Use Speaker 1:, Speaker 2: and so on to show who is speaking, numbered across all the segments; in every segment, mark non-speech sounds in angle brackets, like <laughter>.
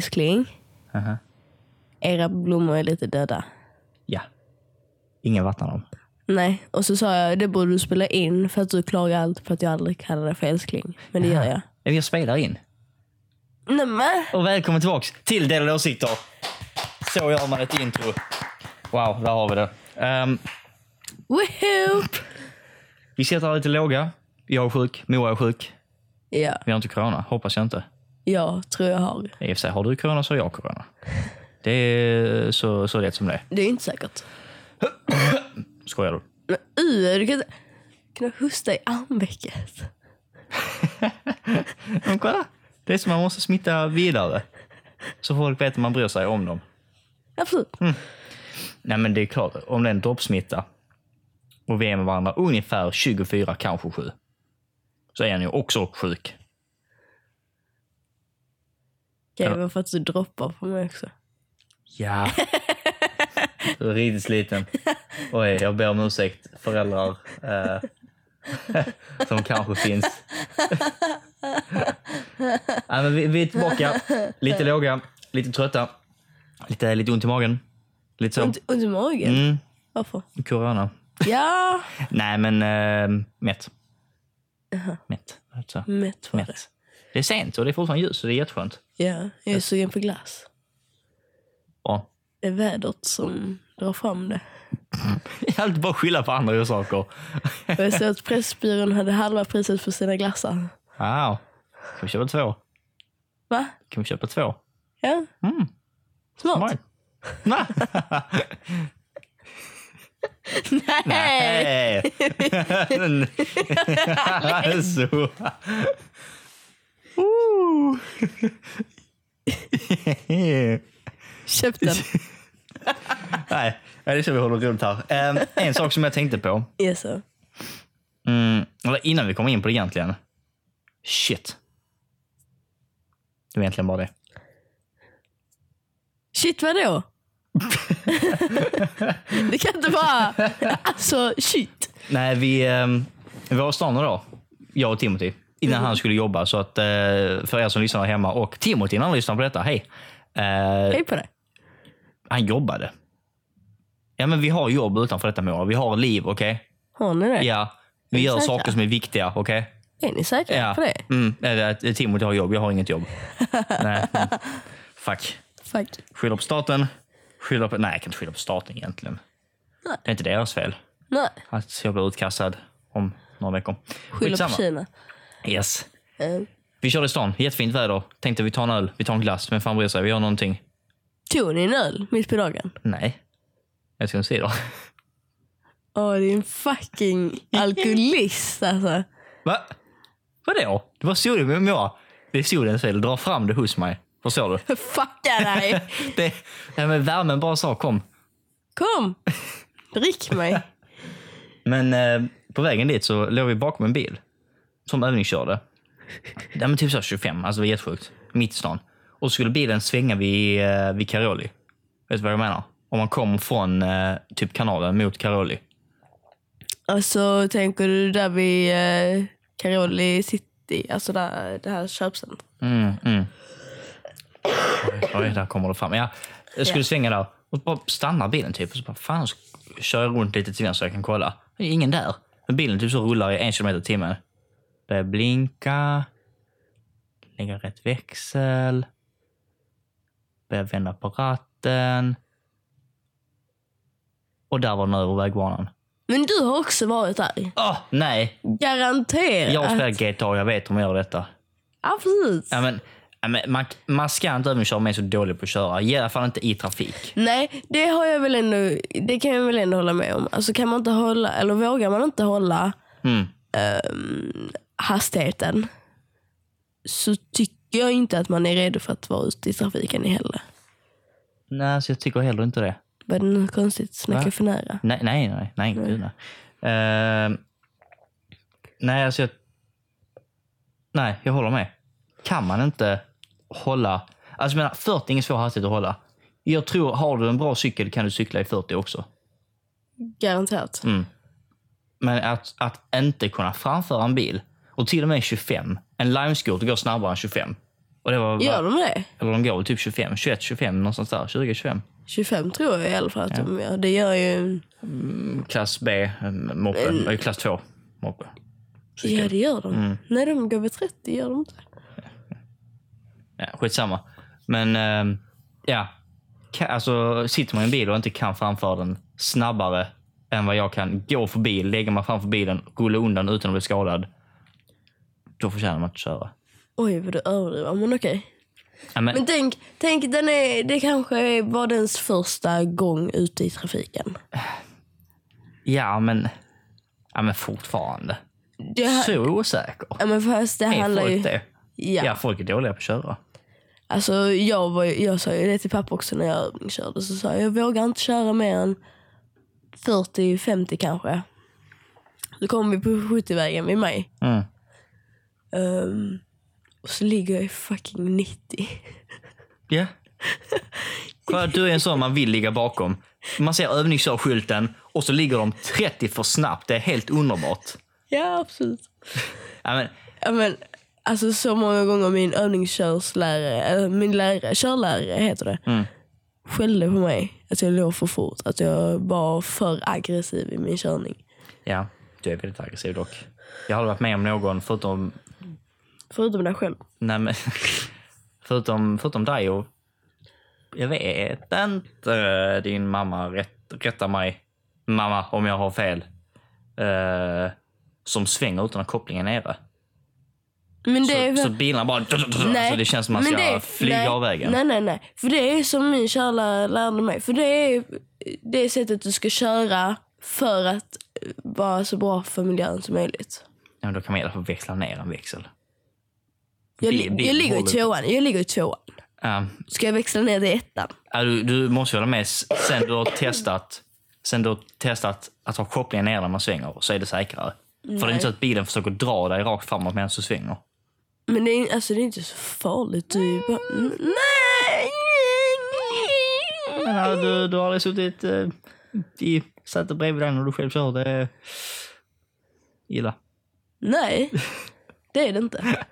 Speaker 1: Älskling,
Speaker 2: Aha.
Speaker 1: era blommor är lite döda.
Speaker 2: Ja. Ingen vattnar dem.
Speaker 1: Nej, och så sa jag det borde du spela in för att du klagar alltid på att jag aldrig kallar dig för älskling. Men det gör jag.
Speaker 2: Ja, Jag spelar in.
Speaker 1: Nämen!
Speaker 2: Och välkommen tillbaks till Delade åsikter. Så gör man ett intro. Wow, där har vi det. Ehm,
Speaker 1: Woho!
Speaker 2: vi sitter här lite låga. Jag är sjuk, Moa är sjuk.
Speaker 1: Ja,
Speaker 2: Vi har inte corona, hoppas jag inte.
Speaker 1: jag tror jag har.
Speaker 2: I och för sig, har du corona så har jag corona. Det är så, så lätt som det är.
Speaker 1: Det är inte säkert.
Speaker 2: Skojar du?
Speaker 1: Men uh, du kan inte kunna hosta i armvecket.
Speaker 2: Men kolla! Det är som man måste smitta vidare. Så folk vet att man bryr sig om dem.
Speaker 1: Absolut.
Speaker 2: Mm. Nej men det är klart, om det är en droppsmitta och vi är med varandra ungefär 24, kanske 7. Så är han ju också sjuk.
Speaker 1: Okej, det var för att du droppar på mig också.
Speaker 2: Ja. <laughs> Du är riktigt sliten. Oj, jag ber om ursäkt föräldrar eh, <laughs> som kanske finns. <laughs> Nej, men vi, vi är tillbaka, lite låga, lite trötta, lite, lite ont i magen. Lite så.
Speaker 1: Ont, ont i magen?
Speaker 2: Mm,
Speaker 1: Varför?
Speaker 2: corona.
Speaker 1: Ja,
Speaker 2: Nej, men eh, mätt. Mätt. alltså. Så.
Speaker 1: mätt var det.
Speaker 2: Mätt. Det är sent och det är fortfarande ljus så det är jätteskönt.
Speaker 1: Ja, jag är sugen på glass.
Speaker 2: Ja. <laughs>
Speaker 1: Det är vädret som drar fram det.
Speaker 2: Jag kan inte bara skylla på andra saker.
Speaker 1: Och jag såg att Pressbyrån hade halva priset på sina glassar.
Speaker 2: Wow. Kan vi köpa två?
Speaker 1: Va?
Speaker 2: Kan vi köpa två?
Speaker 1: Ja.
Speaker 2: Mm.
Speaker 1: Smart.
Speaker 2: Smart. Nej.
Speaker 1: <laughs> Nej!
Speaker 2: <laughs> alltså.
Speaker 1: Köp
Speaker 2: <laughs>
Speaker 1: den.
Speaker 2: Nej, det är så vi håller roligt här. Ehm, en sak som jag tänkte på,
Speaker 1: Yes, sir.
Speaker 2: mm, eller innan vi kommer in på det egentligen. Shit. Det var egentligen bara det.
Speaker 1: Shit,
Speaker 2: <laughs>
Speaker 1: vadå? det kan inte vara... Alltså, shit.
Speaker 2: Nej, vi, ehm, vi var hos stan idag, jag och Timothy, innan
Speaker 1: Mm.
Speaker 2: han skulle jobba. Så att eh, för er som lyssnar hemma och Timothy, när han lyssnar på detta, hej. Eh,
Speaker 1: Hej på dig.
Speaker 2: Han jobbade. Ja, men vi har jobb utanför detta Moa. Vi har liv, okej?
Speaker 1: Har ni det?
Speaker 2: Ja. Vi gör
Speaker 1: Exakt,
Speaker 2: saker
Speaker 1: ja.
Speaker 2: som är viktiga, okej?
Speaker 1: Är ni säkra
Speaker 2: Ja.
Speaker 1: på det?
Speaker 2: Mm. Nej, det är- Timothy har jobb, jag har
Speaker 1: <laughs>
Speaker 2: inget jobb. Nej. Mm. Fuck.
Speaker 1: Fuck.
Speaker 2: Skylla på staten. Skylla på... Nej, jag kan inte skylla på staten egentligen.
Speaker 1: Nej.
Speaker 2: Det är inte deras fel
Speaker 1: Nej,
Speaker 2: att jag blir utkastad om några veckor.
Speaker 1: skyller på
Speaker 2: Skitsamma.
Speaker 1: Kina.
Speaker 2: Yes.
Speaker 1: Eh,
Speaker 2: Vi körde i stan, jättefint väder. Tänkte vi tar en öl, vi tar en glass, men fan bryr sig, vi gör någonting.
Speaker 1: Tog ni en öl mitt på dagen?
Speaker 2: Nej. Jag ska inte se då.
Speaker 1: Åh, det är en fucking alkoholist alltså.
Speaker 2: <laughs> Va? Vadå? Det var solen med Moa. Det är solens fel. Dra fram det hos mig. Förstår du? <laughs>
Speaker 1: Fucka dig.
Speaker 2: Det, nej, men värmen bara sa kom. <laughs>
Speaker 1: Kom, drick mig.
Speaker 2: Men eh, på vägen dit så låg vi bakom en bil som övningskörde. Ja, men typ så här 25, alltså det var jättesjukt. Mitt i stan. Och så skulle bilen svänga vid, eh, vid Karoli. Vet du vad jag menar? Om man kom från eh, typ kanalen mot Karoli.
Speaker 1: Alltså, tänker du där vid eh, Caroli City? Alltså där, det här köpcentret.
Speaker 2: Mm, mm. Oj, Oj, där kommer det fram. Ja, jag skulle
Speaker 1: Ja.
Speaker 2: svänga där och bara stannar bilen typ. Och så bara, fan, så kör jag runt lite till vänster så jag kan kolla. Det är ingen där. Men bilen typ så rullar i en kilometer i timmen. Börjar blinka. Lägger rätt växel. Börjar vända på ratten. Och där var den över vägbanan.
Speaker 1: Men du har också varit där.
Speaker 2: Åh, nej!
Speaker 1: Garanterat.
Speaker 2: Jag spelar GTA, jag vet hur man gör detta.
Speaker 1: Absolut.
Speaker 2: Ja, men, ja, men man, man ska inte övningsköra om man är så dålig på att köra. I alla fall inte i trafik.
Speaker 1: Nej, det har jag väl ändå, det kan jag väl ändå hålla med om. Alltså kan man inte hålla, eller vågar man inte hålla
Speaker 2: Mm.
Speaker 1: ehm, hastigheten så tycker jag inte att man är redo för att vara ute i trafiken heller.
Speaker 2: Nej, så jag tycker heller inte det.
Speaker 1: Var det något konstigt? Snackar
Speaker 2: Va?
Speaker 1: jag för nära?
Speaker 2: Nej, nej, nej. Nej, gud, nej. Ehm, nej alltså jag... Nej, jag håller med. Kan man inte hålla... Alltså jag menar, 40 är ingen svår hastighet att hålla. Jag tror, har du en bra cykel kan du cykla i 40 också.
Speaker 1: Garanterat.
Speaker 2: Mm. Men att, att inte kunna framföra en bil och till och med 25. En limeskoter går snabbare än 25. Och det var,
Speaker 1: Gör de det?
Speaker 2: Eller de går väl typ 25, 21, 25, någonstans där. 20, 25.
Speaker 1: 25 tror jag i alla fall att de gör. Det gör ju...
Speaker 2: Klass B, eh, moppe. Mm. Klass 2, moppe.
Speaker 1: Ja, det gör de.
Speaker 2: Mm.
Speaker 1: När de går vid 30 gör de inte.
Speaker 2: Ja, skitsamma. Men ehm, ja, Ka- alltså sitter man i en bil och inte kan framföra den snabbare än vad jag kan gå förbi, lägga mig framför bilen, rulla undan utan att bli skadad. Då förtjänar man att köra.
Speaker 1: Oj, vad du överdriver. Men okej.
Speaker 2: Ja, men,
Speaker 1: Men tänk, tänk den är, det kanske var dens första gång ute i trafiken.
Speaker 2: ja, men, ja, men fortfarande.
Speaker 1: Det här,
Speaker 2: Så osäker.
Speaker 1: ja, men fast det
Speaker 2: Är
Speaker 1: handlar ju...
Speaker 2: folk det?
Speaker 1: Ja.
Speaker 2: Ja. folk är dåliga på att köra.
Speaker 1: Alltså, jag, var, ju- jag sa ju det till pappa också när jag övningskörde. Så sa jag, jag vågar inte köra mer än 40-50 kanske. Så kom vi på 70-vägen vid mig.
Speaker 2: Mm.
Speaker 1: Ehm, och så ligger jag i fucking 90.
Speaker 2: Ja. Kolla, du är en sån man vill ligga bakom. Man ser övningskörskylten och så ligger de 30 för snabbt. Det är helt underbart.
Speaker 1: <laughs> Ja, absolut.
Speaker 2: Ja, men,
Speaker 1: Ja, men, alltså så många gånger min övningskörslärare, eller min lärare, körlärare heter det,
Speaker 2: Mm.
Speaker 1: skällde på mig att jag låg för fort. Att jag var för aggressiv i min körning.
Speaker 2: ja, du är väldigt aggressiv dock. Jag har aldrig varit med om någon förutom,
Speaker 1: Förutom det själv.
Speaker 2: nej, men, förutom, förutom dig och jag vet inte. Din mamma rätt, rätta mig, mamma, om jag har fel. Eh, som svänger utan att kopplingen är nere.
Speaker 1: Men det är
Speaker 2: Så, så bilarna bara... Alltså det känns som att man
Speaker 1: men
Speaker 2: ska
Speaker 1: det är-
Speaker 2: flyga
Speaker 1: nej,
Speaker 2: av vägen.
Speaker 1: Nej, nej, nej. För det är som min körlärare lärde mig. För det är det sättet du ska köra för att vara så bra för miljön som möjligt.
Speaker 2: Ja, men då kan man i alla fall växla ner en växel.
Speaker 1: Jag,
Speaker 2: Bil-
Speaker 1: li-
Speaker 2: bil
Speaker 1: jag ligger i
Speaker 2: håller-
Speaker 1: tvåan. Jag ligger i tvåan.
Speaker 2: Ja,
Speaker 1: Ska jag växla ner till ettan?
Speaker 2: Ehm, ja, du, du måste ju hålla med. S- Sen du har testat, sen du har testat att ha kopplingen ner när man svänger så är det säkrare. För det är inte så att bilen försöker dra dig rakt framåt medan du svänger.
Speaker 1: Men det är, alltså, det är inte så farligt. Du är ju bara... N- Nej!
Speaker 2: Men, ja, du, du har aldrig suttit eh, i sätet bredvid dig när du själv kör. Det är illa.
Speaker 1: Nej, det är det inte.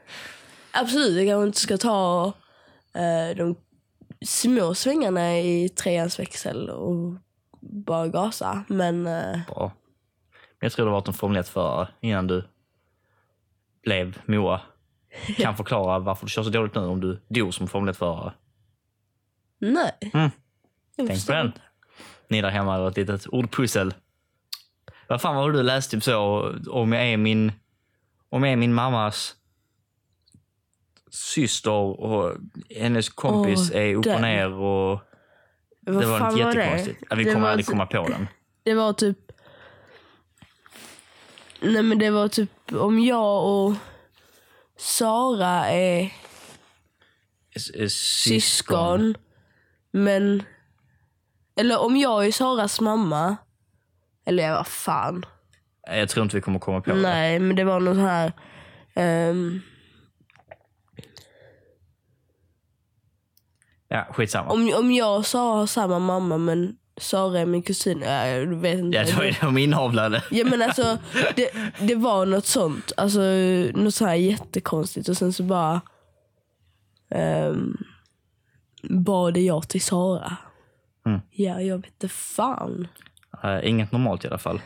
Speaker 1: Absolut, jag kanske inte ska ta eh, de små svängarna i treans växel och bara gasa. Men eh,
Speaker 2: Bra. Men Jag tror du har varit en Formel 1-förare innan du blev Moa. Kan <laughs> förklara varför du kör så dåligt nu om du dog som Formel 1-förare.
Speaker 1: nej.
Speaker 2: Mm.
Speaker 1: Jag
Speaker 2: Tänk på
Speaker 1: förstår
Speaker 2: den.
Speaker 1: inte.
Speaker 2: Ni där hemma har ett litet ordpussel. Vad fan var det du läste typ så om jag är min, om jag är min mammas syster och hennes kompis
Speaker 1: Åh,
Speaker 2: är upp och
Speaker 1: den.
Speaker 2: ner och
Speaker 1: Vad
Speaker 2: det var
Speaker 1: fan
Speaker 2: inte jättekonstigt. Ja, vi
Speaker 1: Det
Speaker 2: kommer
Speaker 1: var
Speaker 2: aldrig
Speaker 1: typ-
Speaker 2: komma på den.
Speaker 1: Det var typ... Nej men det var typ om jag och Sara är
Speaker 2: S- eh, Syskon.
Speaker 1: syskon. Men... Eller om jag är Saras mamma. Eller jag var fan.
Speaker 2: Jag tror inte vi kommer komma på det.
Speaker 1: Nej, men det var någon sån här... ehm,
Speaker 2: Ja, skitsamma.
Speaker 1: om, om jag och Sara har samma mamma men Sara är min kusin. ja, Jag vet inte.
Speaker 2: Ja, då är de inavlade.
Speaker 1: Ja, men alltså, det, det var något sånt. Alltså, något så här jättekonstigt. Och sen så bara... Um, bad jag till Sara.
Speaker 2: Mm.
Speaker 1: Ja, jag vet inte fan.
Speaker 2: Eh, inget normalt i alla fall.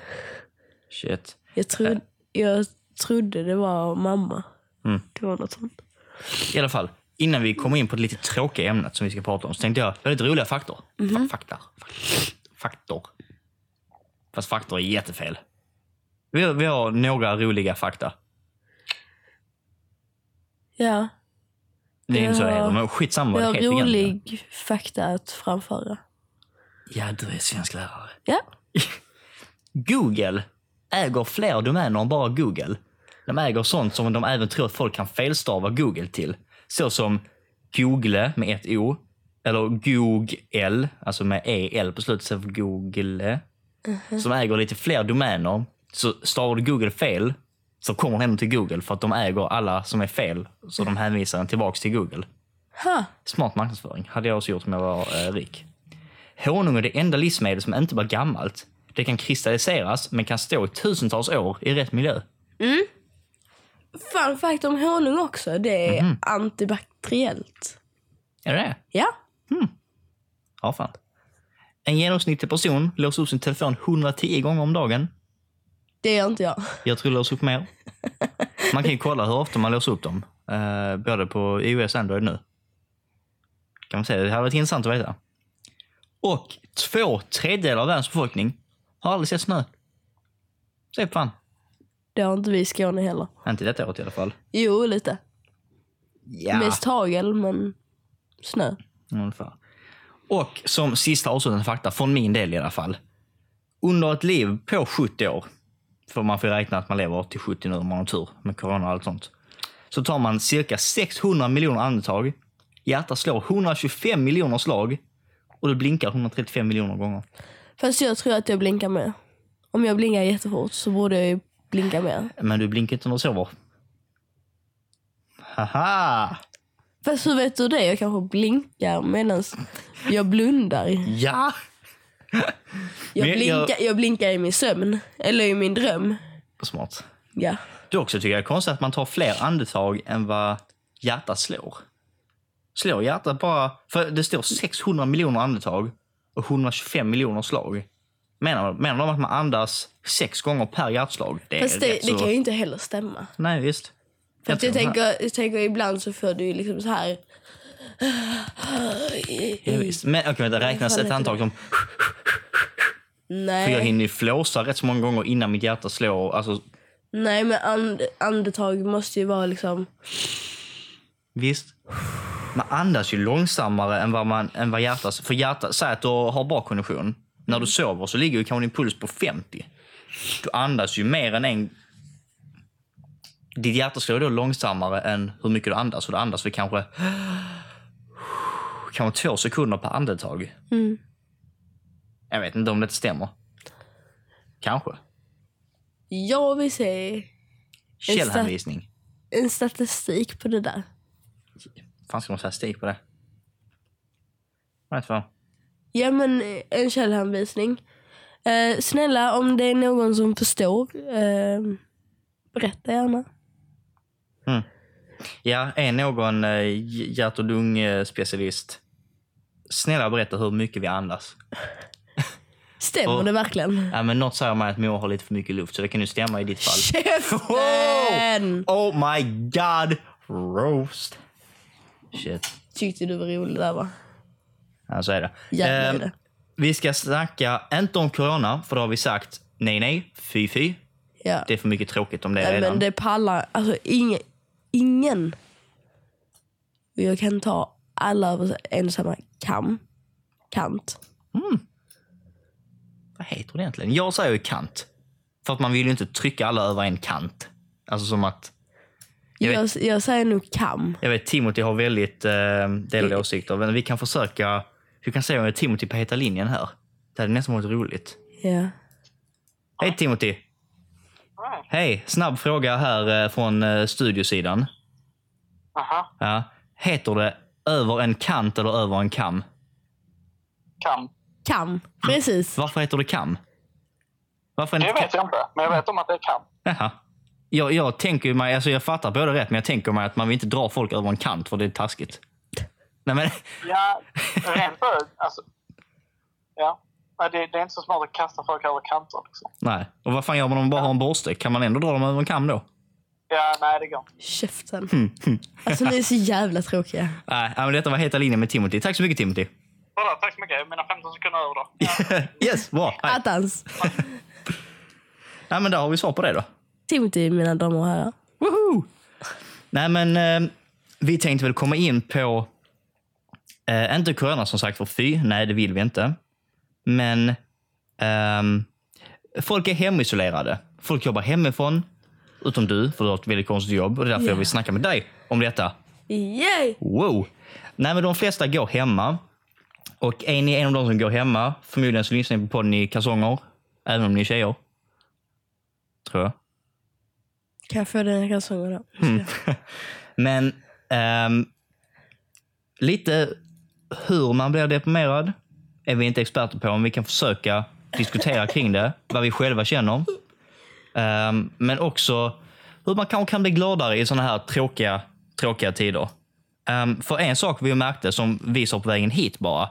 Speaker 2: Shit.
Speaker 1: Jag, trodde jag trodde det var mamma.
Speaker 2: Mm.
Speaker 1: Det var något sånt.
Speaker 2: I alla fall, innan vi kommer in på det lite tråkiga ämnet som vi ska prata om så tänkte jag väldigt roliga faktor.
Speaker 1: Mhm.
Speaker 2: Fa- Fakta. Faktor. Fast faktor är jättefel. Vi har, vi har några roliga fakta.
Speaker 1: Ja,
Speaker 2: Det är inte så det
Speaker 1: Ja.
Speaker 2: heter, men skitsamma
Speaker 1: det
Speaker 2: vad det
Speaker 1: var
Speaker 2: heter egentligen.
Speaker 1: rolig fakta att framföra.
Speaker 2: Ja, du är svensk lärare.
Speaker 1: Ja.
Speaker 2: Google äger fler domäner än bara Google. De äger sånt som de även tror att folk kan felstava Google till. Så som Google med ett O. Eller Google, alltså med EL på slutet istället för Google. Som äger lite fler domäner. Så stavar du Google fel så kommer den ändå till Google för att de äger alla som är fel. Så de hänvisar den tillbaks till Google.
Speaker 1: Ha.
Speaker 2: Smart marknadsföring. Hade jag också gjort om jag var eh, rik. Honung är det enda livsmedel som inte blir gammalt. Det kan kristalliseras men kan stå i tusentals år i rätt miljö.
Speaker 1: Fun fact om honung också. Det är antibakteriellt.
Speaker 2: Är det det?
Speaker 1: Ja.
Speaker 2: Ja, fan. En genomsnittlig person låser upp sin telefon 110 gånger om dagen.
Speaker 1: Det gör inte jag.
Speaker 2: Jag tror det låser upp mer. Man kan ju kolla hur ofta man låser upp dem. Eh, både på iOS och Android nu. Kan man säga. Det hade varit intressant att veta. Och två tredjedelar av världens befolkning har aldrig sett snö. Se på fan.
Speaker 1: Det har inte vi i Skåne heller.
Speaker 2: Inte detta året i alla fall.
Speaker 1: Jo, lite.
Speaker 2: Ja.
Speaker 1: Mest hagel, men snö.
Speaker 2: Ungefär. Och som sista avslutande fakta, från min del i alla fall. Under ett liv på 70 år, för man får ju räkna att man lever till 70 nu om man har tur med corona och allt sånt. Så tar man cirka 600 miljoner andetag, hjärtat slår 125 miljoner slag och du blinkar 135 miljoner gånger.
Speaker 1: Fast jag tror att jag blinkar mer. Om jag blinkar jättefort så borde jag ju blinka mer.
Speaker 2: Men du blinkar inte när du sover. Haha!
Speaker 1: Fast hur vet du det? Jag kanske blinkar medan jag blundar.
Speaker 2: Ja! Men
Speaker 1: Jag
Speaker 2: jag-
Speaker 1: blinkar, jag blinkar i min sömn. Eller i min dröm.
Speaker 2: Smart.
Speaker 1: Ja.
Speaker 2: Det också tycker jag är konstigt att man tar fler andetag än vad hjärtat slår. Slår hjärtat bara... För det står 600 miljoner andetag och 125 miljoner slag. Menar, menar de att man andas sex gånger per hjärtslag? Det är
Speaker 1: Fast det,
Speaker 2: rätt
Speaker 1: det
Speaker 2: så...
Speaker 1: kan ju inte heller stämma.
Speaker 2: Nej, visst.
Speaker 1: För att jag,
Speaker 2: Jag tror-
Speaker 1: tänker, jag tänker ibland så får du ju liksom så här...
Speaker 2: Ja, visst. Men okej, vänta, räknas
Speaker 1: Fan,
Speaker 2: ett andetag som... För jag
Speaker 1: Nej,
Speaker 2: hinner ju flåsa rätt så många gånger innan mitt hjärta slår. Alltså,
Speaker 1: nej men and, andetag måste ju vara liksom...
Speaker 2: visst. Man andas ju långsammare än vad, man, än vad hjärtat... För hjärtat, säg att du har bra kondition. När du sover så ligger ju kanske din puls på 50. Du andas ju mer än en... Ditt hjärta slår då långsammare än hur mycket du andas. Och du andas väl kanske... Kanske två sekunder per andetag. Jag vet inte om det stämmer. Kanske.
Speaker 1: Jag vill se
Speaker 2: Källhänvisning.
Speaker 1: en statistik på det där.
Speaker 2: fan ska man säga stig på det? Jag vet inte vad.
Speaker 1: Ja, men eh, en källhänvisning. Eh, snälla, om det är någon som förstår, eh, berätta gärna.
Speaker 2: Ja, är någon eh, hjärt och lungspecialist, snälla berätta hur mycket vi andas.
Speaker 1: Stämmer
Speaker 2: Ja.
Speaker 1: det verkligen?
Speaker 2: Ja, men något säger mig att Moa har lite för mycket luft, så det kan ju stämma i ditt fall.
Speaker 1: Käften!
Speaker 2: Oh my god! Roast! Shit.
Speaker 1: Tyckte du var rolig där va?
Speaker 2: Ja, så är det.
Speaker 1: Jävlar är
Speaker 2: Ehm,
Speaker 1: det.
Speaker 2: vi ska snacka, inte om corona, för då har vi sagt nej, nej, fy, fy.
Speaker 1: Ja.
Speaker 2: Det är för mycket tråkigt om det
Speaker 1: Nej,
Speaker 2: redan.
Speaker 1: men det pallar, alltså ingen, ingen. Jag kan ta alla över en och samma kam, kant.
Speaker 2: Vad heter det egentligen? Jag säger ju kant. För att man vill ju inte trycka alla över en kant. Alltså som att... Jag
Speaker 1: Jag,
Speaker 2: vet-
Speaker 1: jag, säger nog kam.
Speaker 2: Jag vet Timothy har väldigt eh, delade åsikter. Men vi kan försöka... Vi kan se om det är Timothy på heta linjen här. Det hade nästan varit roligt.
Speaker 1: Ja.
Speaker 2: Hej Timothy!
Speaker 3: Mm.
Speaker 2: Hej! Snabb fråga här eh, från eh, studiosidan.
Speaker 3: Aha,
Speaker 2: Ja. Heter det över en kant eller över en kam?
Speaker 3: kan.
Speaker 1: Kam, precis.
Speaker 2: Varför heter det kam? Varför
Speaker 3: Det
Speaker 2: inte kam?
Speaker 3: vet jag inte, men jag vet om att det kan.
Speaker 2: Jaha. Jag, jag tänker mig, alltså jag fattar både rätt, men jag tänker mig att man vill inte dra folk över en kant för det är taskigt. Nej men,
Speaker 3: Ja, rent ut, alltså. Ja. Nej, det, det är inte så smart att kasta folk över kanter. Liksom.
Speaker 2: nej. Och vad fan gör man om man bara har en borste? Kan man ändå dra dem över en kam då?
Speaker 3: Ja, nej, det går inte.
Speaker 1: Käften.
Speaker 2: Mm,
Speaker 1: Alltså ni är så jävla tråkiga.
Speaker 2: Nej, nej, men detta var Heta linjen med Timothy. Tack så mycket Timothy.
Speaker 3: Bra, tack så mycket. Mina 15 sekunder över då. Ja.
Speaker 2: yes, bra. Nej.
Speaker 1: Attans.
Speaker 2: nej men där har vi svar på det då.
Speaker 1: Timothy, mina damer och herrar.
Speaker 2: Woho! Nej men, eh, vi tänkte väl komma in på, eh, inte corona som sagt, för fy, nej det vill vi inte. Men ehm, folk är hemisolerade. Folk jobbar hemifrån, utom du, för du har ett väldigt konstigt jobb och det är därför
Speaker 1: Ja.
Speaker 2: jag vill snacka med dig om detta.
Speaker 1: Yay!
Speaker 2: Wow! Nej, men de flesta går hemma. Och är ni en av de som går hemma, förmodligen så lyssnar ni på podden i kalsonger. Även om ni är tjejer. Tror jag.
Speaker 1: Kan jag få dina kalsonger då?
Speaker 2: Mm. Men ehm, lite hur man blir deprimerad är vi inte experter på, men vi kan försöka diskutera kring det, vad vi själva känner. Ehm, men också hur man kanske kan bli gladare i såna här tråkiga, tråkiga tider. Ehm, för en sak vi märkte som vi sa på vägen hit bara.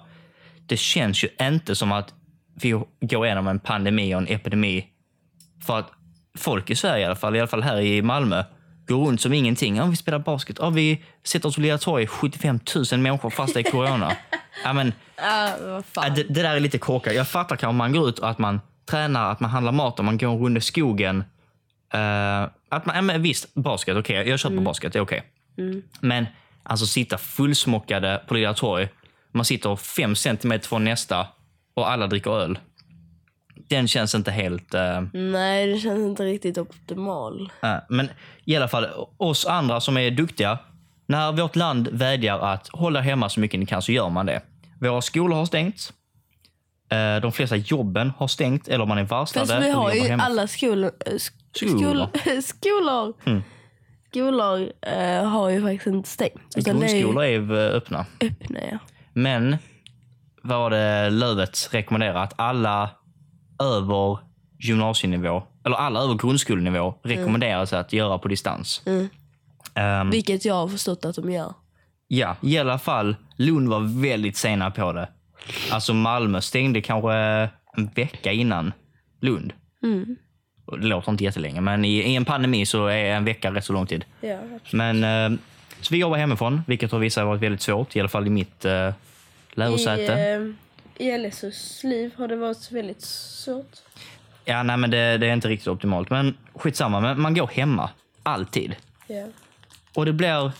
Speaker 2: Det känns ju inte som att vi går igenom en pandemi och en epidemi. För att folk i Sverige i alla fall, i alla fall här i Malmö, går runt som ingenting. Ja, vi spelar basket. Ja, vi sätter oss på Lilla torget, 75 000 människor fast det är corona. ja, men,
Speaker 1: Ja, vad
Speaker 2: Ja,
Speaker 1: fan.
Speaker 2: det, det där är lite korkat. Jag fattar kanske om man går ut och att man tränar, att man handlar mat och man går en runda i skogen. Eh, att man, ja, men visst, basket, okej. Jag köper basket, det är okej. Men alltså sitta fullsmockade på Lilla Torg. Man sitter fem centimeter från nästa och alla dricker öl. Den känns inte helt... eh,
Speaker 1: Nej, det känns inte riktigt optimal.
Speaker 2: Nej, Men i alla fall, oss andra som är duktiga. När vårt land vädjar att hålla hemma så mycket ni kan så gör man det. Våra skolor har stängt. Eh, De flesta jobben har stängt eller man är varslade.
Speaker 1: Fast vi
Speaker 2: och
Speaker 1: har
Speaker 2: jobbar
Speaker 1: ju
Speaker 2: hemma.
Speaker 1: alla skolor... eh, sk-
Speaker 2: Skolor.
Speaker 1: skol- <laughs>
Speaker 2: Mm.
Speaker 1: skolor skolor eh, har ju faktiskt inte stängt. Utan det är ju
Speaker 2: Grundskolor är ju eh, öppna.
Speaker 1: öppna, ja.
Speaker 2: Men vad var det Lövet rekommenderar? Att alla över gymnasienivå, eller alla över grundskolenivå
Speaker 1: Mm.
Speaker 2: rekommenderas att göra på distans. Ehm,
Speaker 1: Vilket jag har förstått att de gör.
Speaker 2: Ja, i alla fall. Lund var väldigt sena på det. Alltså Malmö stängde kanske en vecka innan Lund. Och Det låter inte jättelänge, men i, i en pandemi så är en vecka rätt så lång tid.
Speaker 1: Ja.
Speaker 2: Men, eh, så vi jobbar hemifrån, vilket har visat sig varit väldigt svårt. I alla fall i mitt eh, lärosäte.
Speaker 1: I eh, LSUs liv har det varit väldigt svårt.
Speaker 2: Ja, nej, men det, det är inte riktigt optimalt. Men skitsamma, men man går hemma. Alltid.
Speaker 1: Ja.
Speaker 2: Och det blir...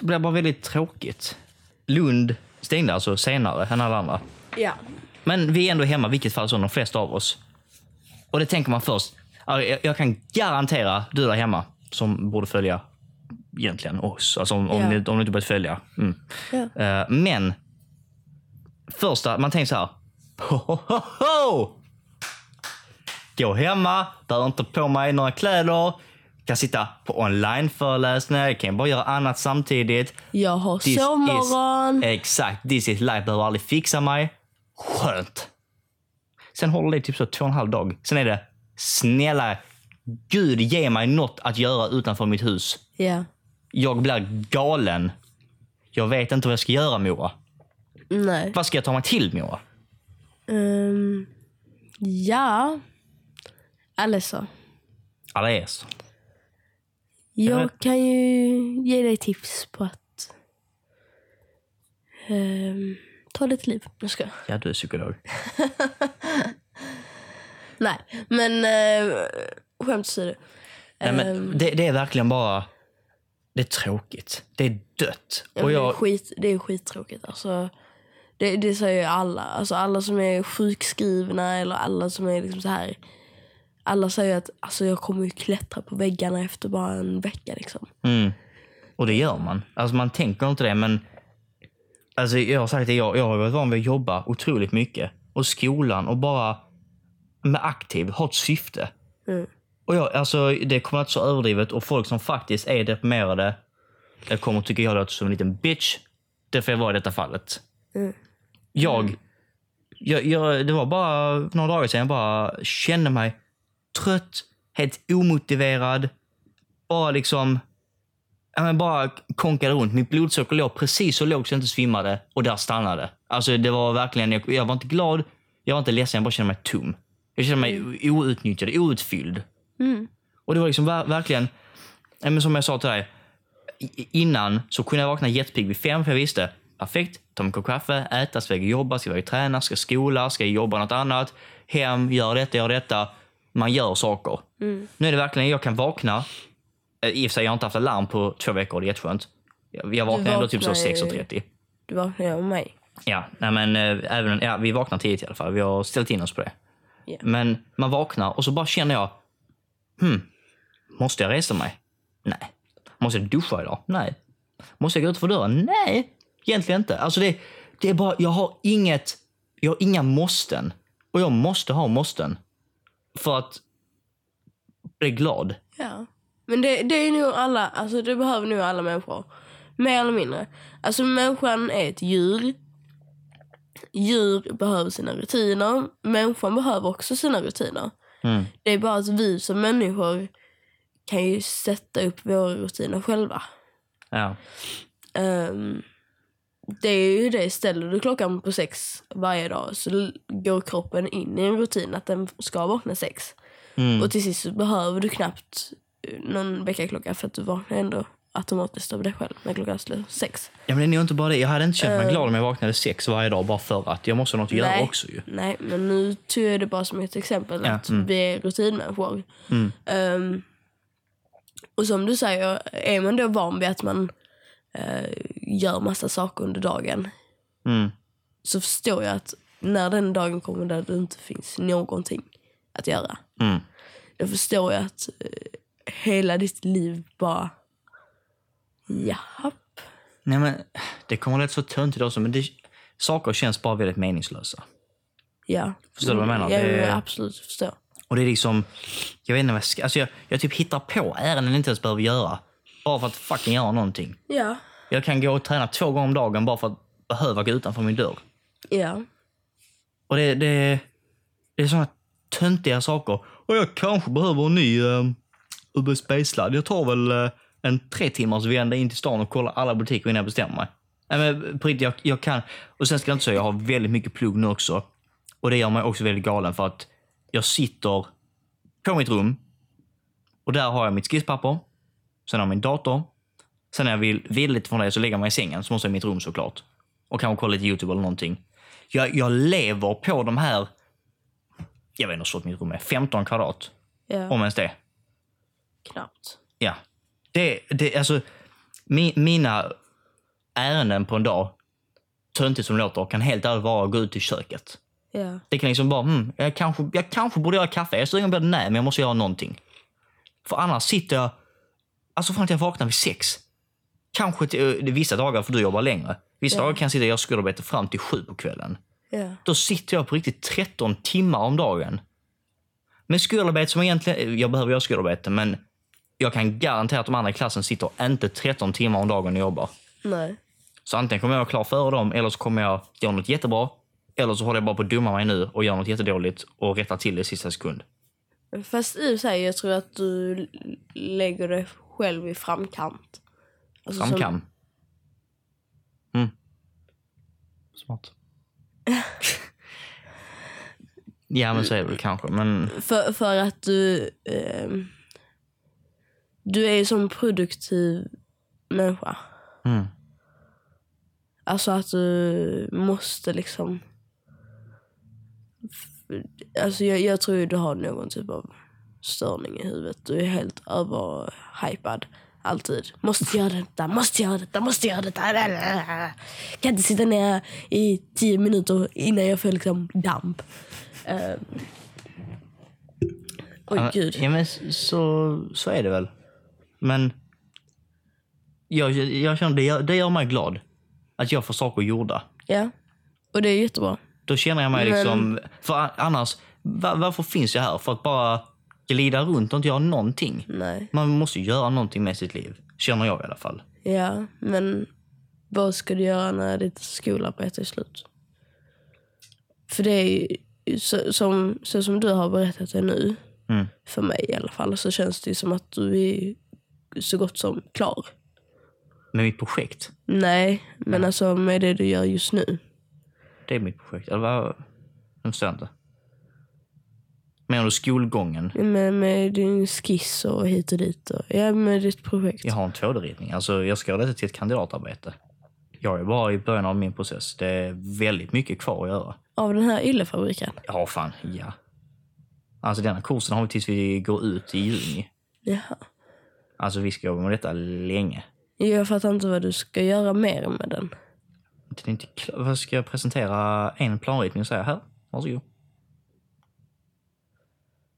Speaker 2: Det blir bara väldigt tråkigt. Lund stängde alltså senare än alla andra.
Speaker 1: ja.
Speaker 2: Men vi är ändå hemma, vilket fall som de flesta av oss. Och det tänker man först. Ja, Jag jag kan garantera du där hemma, som borde följa egentligen oss. Alltså om, om,
Speaker 1: Ja.
Speaker 2: ni, om ni inte börjat följa. Mm.
Speaker 1: Ja.
Speaker 2: Eh, men, första, man tänker så här. Ho, ho, ho, ho! Gå hemma, bär inte på mig några kläder. Kan sitta på online-föreläsningar, jag kan bara göra annat samtidigt.
Speaker 1: Jag har
Speaker 2: This is-
Speaker 1: sovmorgon.
Speaker 2: Exakt. This is life. Behöver aldrig fixa mig. Skönt. Sen håller det typ så två och en halv dag. Sen är det snälla gud ge mig något att göra utanför mitt hus.
Speaker 1: Ja.
Speaker 2: Jag blir galen. Jag vet inte vad jag ska göra Moa.
Speaker 1: Nej.
Speaker 2: Vad ska jag ta mig till Moa?
Speaker 1: Ehm, ja. Alessa.
Speaker 2: Alaes.
Speaker 1: Jag
Speaker 2: men-
Speaker 1: kan ju ge dig tips på att ehm, ta ditt liv. Jag ska.
Speaker 2: Ja, du är psykolog.
Speaker 1: Nej, men uh, skämt åsido.
Speaker 2: Nej,
Speaker 1: Ehm,
Speaker 2: men det, det är verkligen bara... Det är tråkigt. Det är dött.
Speaker 1: ja, men
Speaker 2: Och
Speaker 1: det,
Speaker 2: jag,
Speaker 1: är skit, det är skittråkigt. Alltså, det, det säger ju alla. Alltså, alla som är sjukskrivna eller alla som är liksom så här. Alla säger att alltså, jag kommer ju klättra på väggarna efter bara en vecka. Liksom.
Speaker 2: Mm. Och det gör man. Alltså man tänker inte det, men... Alltså jag har sagt det, jag, jag har varit van vid att jobba otroligt mycket. Och skolan och bara... Med aktiv, ha ett syfte.
Speaker 1: Mm.
Speaker 2: Och jag, alltså, det kommer att så överdrivet och folk som faktiskt är deprimerade det kommer tycka jag låter som en liten bitch. Det får jag vara i detta fallet.
Speaker 1: Mm.
Speaker 2: Jag, jag, jag, det var bara några dagar sedan jag bara kände mig trött, helt omotiverad. Bara liksom, ja, men bara konkade runt. Mitt blodsocker låg precis så lågt så jag inte svimmade och där stannade. Alltså det var verkligen, jag, jag var inte glad, jag var inte ledsen, jag bara kände mig tom. Jag kände mig outnyttjad, outfylld. Och det var liksom ver- verkligen, ja, men som jag sa till dig, i- innan så kunde jag vakna jättepigg vid fem för jag visste perfekt, ta en kopp kaffe, äta, ska jag jobba, ska jag iväg och träna, ska jag skola, ska jag jobba något annat, hem, gör detta, gör detta. Man gör saker. Nu är det verkligen, jag kan vakna, eh, i och för sig jag har inte haft alarm på två veckor, det är jätteskönt. Jag, jag vaknar ändå typ så
Speaker 1: vaknar ju-
Speaker 2: 6.30.
Speaker 1: Du vaknar jag och mig.
Speaker 2: Ja, nej men, eh, även, ja, vi vaknar tidigt i alla fall. Vi har ställt in oss på det.
Speaker 1: Ja.
Speaker 2: Men man vaknar och så bara känner jag, hmm, måste jag resa mig? Nej. Måste jag duscha idag? Nej. Måste jag gå ut för dörren? Nej, egentligen inte. Alltså det, det är bara, jag har inget, jag har inga måsten. Och jag måste ha måsten. För att bli glad.
Speaker 1: Ja. Men det, det är nog alla, alltså det behöver nog alla människor. Mer eller mindre. Alltså människan är ett djur. Djur behöver sina rutiner. Människan behöver också sina rutiner.
Speaker 2: Mm.
Speaker 1: Det är bara att vi som människor kan ju sätta upp våra rutiner själva.
Speaker 2: Ja.
Speaker 1: Ehm, det är ju det, ställer du klockan på sex varje dag så l- går kroppen in i en rutin att den ska vakna sex.
Speaker 2: Mm.
Speaker 1: Och till sist så behöver du knappt eh, någon väckarklocka för att du vaknar ändå automatiskt av dig själv när klockan slår sex.
Speaker 2: Ja, men det är nog inte bara det. Jag hade inte känt mig
Speaker 1: Eh.
Speaker 2: glad om jag vaknade sex varje dag bara för att jag måste ha något att göra
Speaker 1: Nej.
Speaker 2: också ju.
Speaker 1: Nej, men nu tog jag det bara som ett exempel
Speaker 2: Ja,
Speaker 1: att
Speaker 2: mm.
Speaker 1: vi är rutinmänniskor.
Speaker 2: Mm.
Speaker 1: Ehm, och som du säger, är man då van vid att man eh, gör massa saker under dagen
Speaker 2: Mm.
Speaker 1: så förstår jag att när den dagen kommer där det inte finns någonting att göra.
Speaker 2: Mm.
Speaker 1: Då förstår jag att eh, hela ditt liv bara... Japp.
Speaker 2: Nej, men det kommer lätt så töntigt också, men det, saker känns bara väldigt meningslösa.
Speaker 1: Ja.
Speaker 2: Förstår du vad jag menar?
Speaker 1: Ja,
Speaker 2: Det-
Speaker 1: jag absolut förstår.
Speaker 2: Och det är liksom, jag vet inte vad jag ska, alltså jag, jag typ hittar på ärenden jag inte ens behöver göra. Bara för att fucking göra någonting.
Speaker 1: Ja.
Speaker 2: Jag kan gå och träna två gånger om dagen bara för att behöva gå utanför min dörr.
Speaker 1: Ja.
Speaker 2: Och det, det, det är såna töntiga saker. Och jag kanske behöver en ny um, Uber Space-ladd. Jag tar väl eh, en tre timmars vända in till stan och kollar alla butiker innan jag bestämmer mig. Nej, men på riktigt, jag, jag kan. Och sen ska jag inte säga, jag har väldigt mycket plugg nu också. Och det gör mig också väldigt galen för att jag sitter på mitt rum och där har jag mitt skisspapper. Sen har jag min dator. Sen när jag vill vila lite från det så lägger jag mig i sängen, så måste jag i mitt rum såklart. Och kanske kolla lite YouTube eller någonting. Jag, jag lever på de här, jag vet inte hur stort mitt rum är, 15 kvadrat.
Speaker 1: Ja.
Speaker 2: Om ens det.
Speaker 1: Knappt.
Speaker 2: Ja. Det, det alltså, mi, mina ärenden på en dag, töntigt som det låter, kan helt ärligt vara att gå ut i köket.
Speaker 1: Ja.
Speaker 2: Det kan liksom bara, hmm, jag, kanske, jag kanske borde göra kaffe. Jag är sugen på det, nej, men jag måste göra någonting. För annars sitter jag, alltså fram till jag vaknar vid sex. Kanske till, eh, vissa dagar får du jobba längre. Vissa
Speaker 1: Ja.
Speaker 2: dagar kan jag sitta och göra skolarbete fram till sju på kvällen.
Speaker 1: Ja.
Speaker 2: Då sitter jag på riktigt 13 timmar om dagen. Med skolarbete som egentligen, jag behöver göra skolarbete, men jag kan garantera att de andra i klassen sitter inte 13 timmar om dagen och jobbar.
Speaker 1: Nej.
Speaker 2: Så antingen kommer jag vara klar före dem eller så kommer jag göra något jättebra. Eller så håller jag bara på att dumma mig nu och gör något jättedåligt och rättar till det i sista sekund.
Speaker 1: Fast i och för sig, jag tror att du l- lägger dig själv i framkant. Alltså som-
Speaker 2: Framkam. Mm.
Speaker 1: <laughs>
Speaker 2: Smart. ja, men så är det väl kanske. Men
Speaker 1: För, för att du... ehm, du är ju som produktiv människa.
Speaker 2: mm.
Speaker 1: Alltså att du måste liksom... f- Alltså jag, jag tror ju du har någon typ av störning i huvudet. Du är helt överhypad. Alltid. Måste göra detta, måste göra detta, måste göra detta. Kan inte sitta ner i tio minuter innan jag får liksom damp. Eh, Oj
Speaker 2: Ja, men-
Speaker 1: gud.
Speaker 2: Ja, men så, så är det väl. Men jag, jag känner det, gör- det gör mig glad. Att jag får saker gjorda.
Speaker 1: Ja. Och det är jättebra.
Speaker 2: Då känner jag mig
Speaker 1: Men-
Speaker 2: liksom... För a- annars, va- varför finns jag här? För att bara glida runt och inte göra någonting?
Speaker 1: Nej.
Speaker 2: Man måste ju göra någonting med sitt liv. Känner jag i alla fall.
Speaker 1: Ja, men vad ska du göra när ditt skolarbete är slut? För det är ju så, som, så som du har berättat det nu,
Speaker 2: Mm.
Speaker 1: för mig i alla fall, så känns det ju som att du är så gott som klar.
Speaker 2: Med mitt projekt.
Speaker 1: Nej, men alltså med det du gör just nu.
Speaker 2: Det är mitt projekt. Eller vad? Jag förstår inte. Menar du skolgången?
Speaker 1: Med, med din skiss och hit och dit. Och, ja, med ditt projekt.
Speaker 2: Jag har en 2D-ritning. Alltså, jag ska göra detta till ett kandidatarbete. Jag är bara i början av min process. Det är väldigt mycket kvar att göra.
Speaker 1: Av den här yllefabriken.
Speaker 2: Ja, fan. Ja. Alltså denna kursen har vi tills vi går ut i juni.
Speaker 1: Jaha.
Speaker 2: Alltså vi ska jobba med detta länge.
Speaker 1: Jag fattar inte vad du ska göra mer med den.
Speaker 2: Det är inte kl- Vad ska jag presentera en planritning och säga här? Varsågod.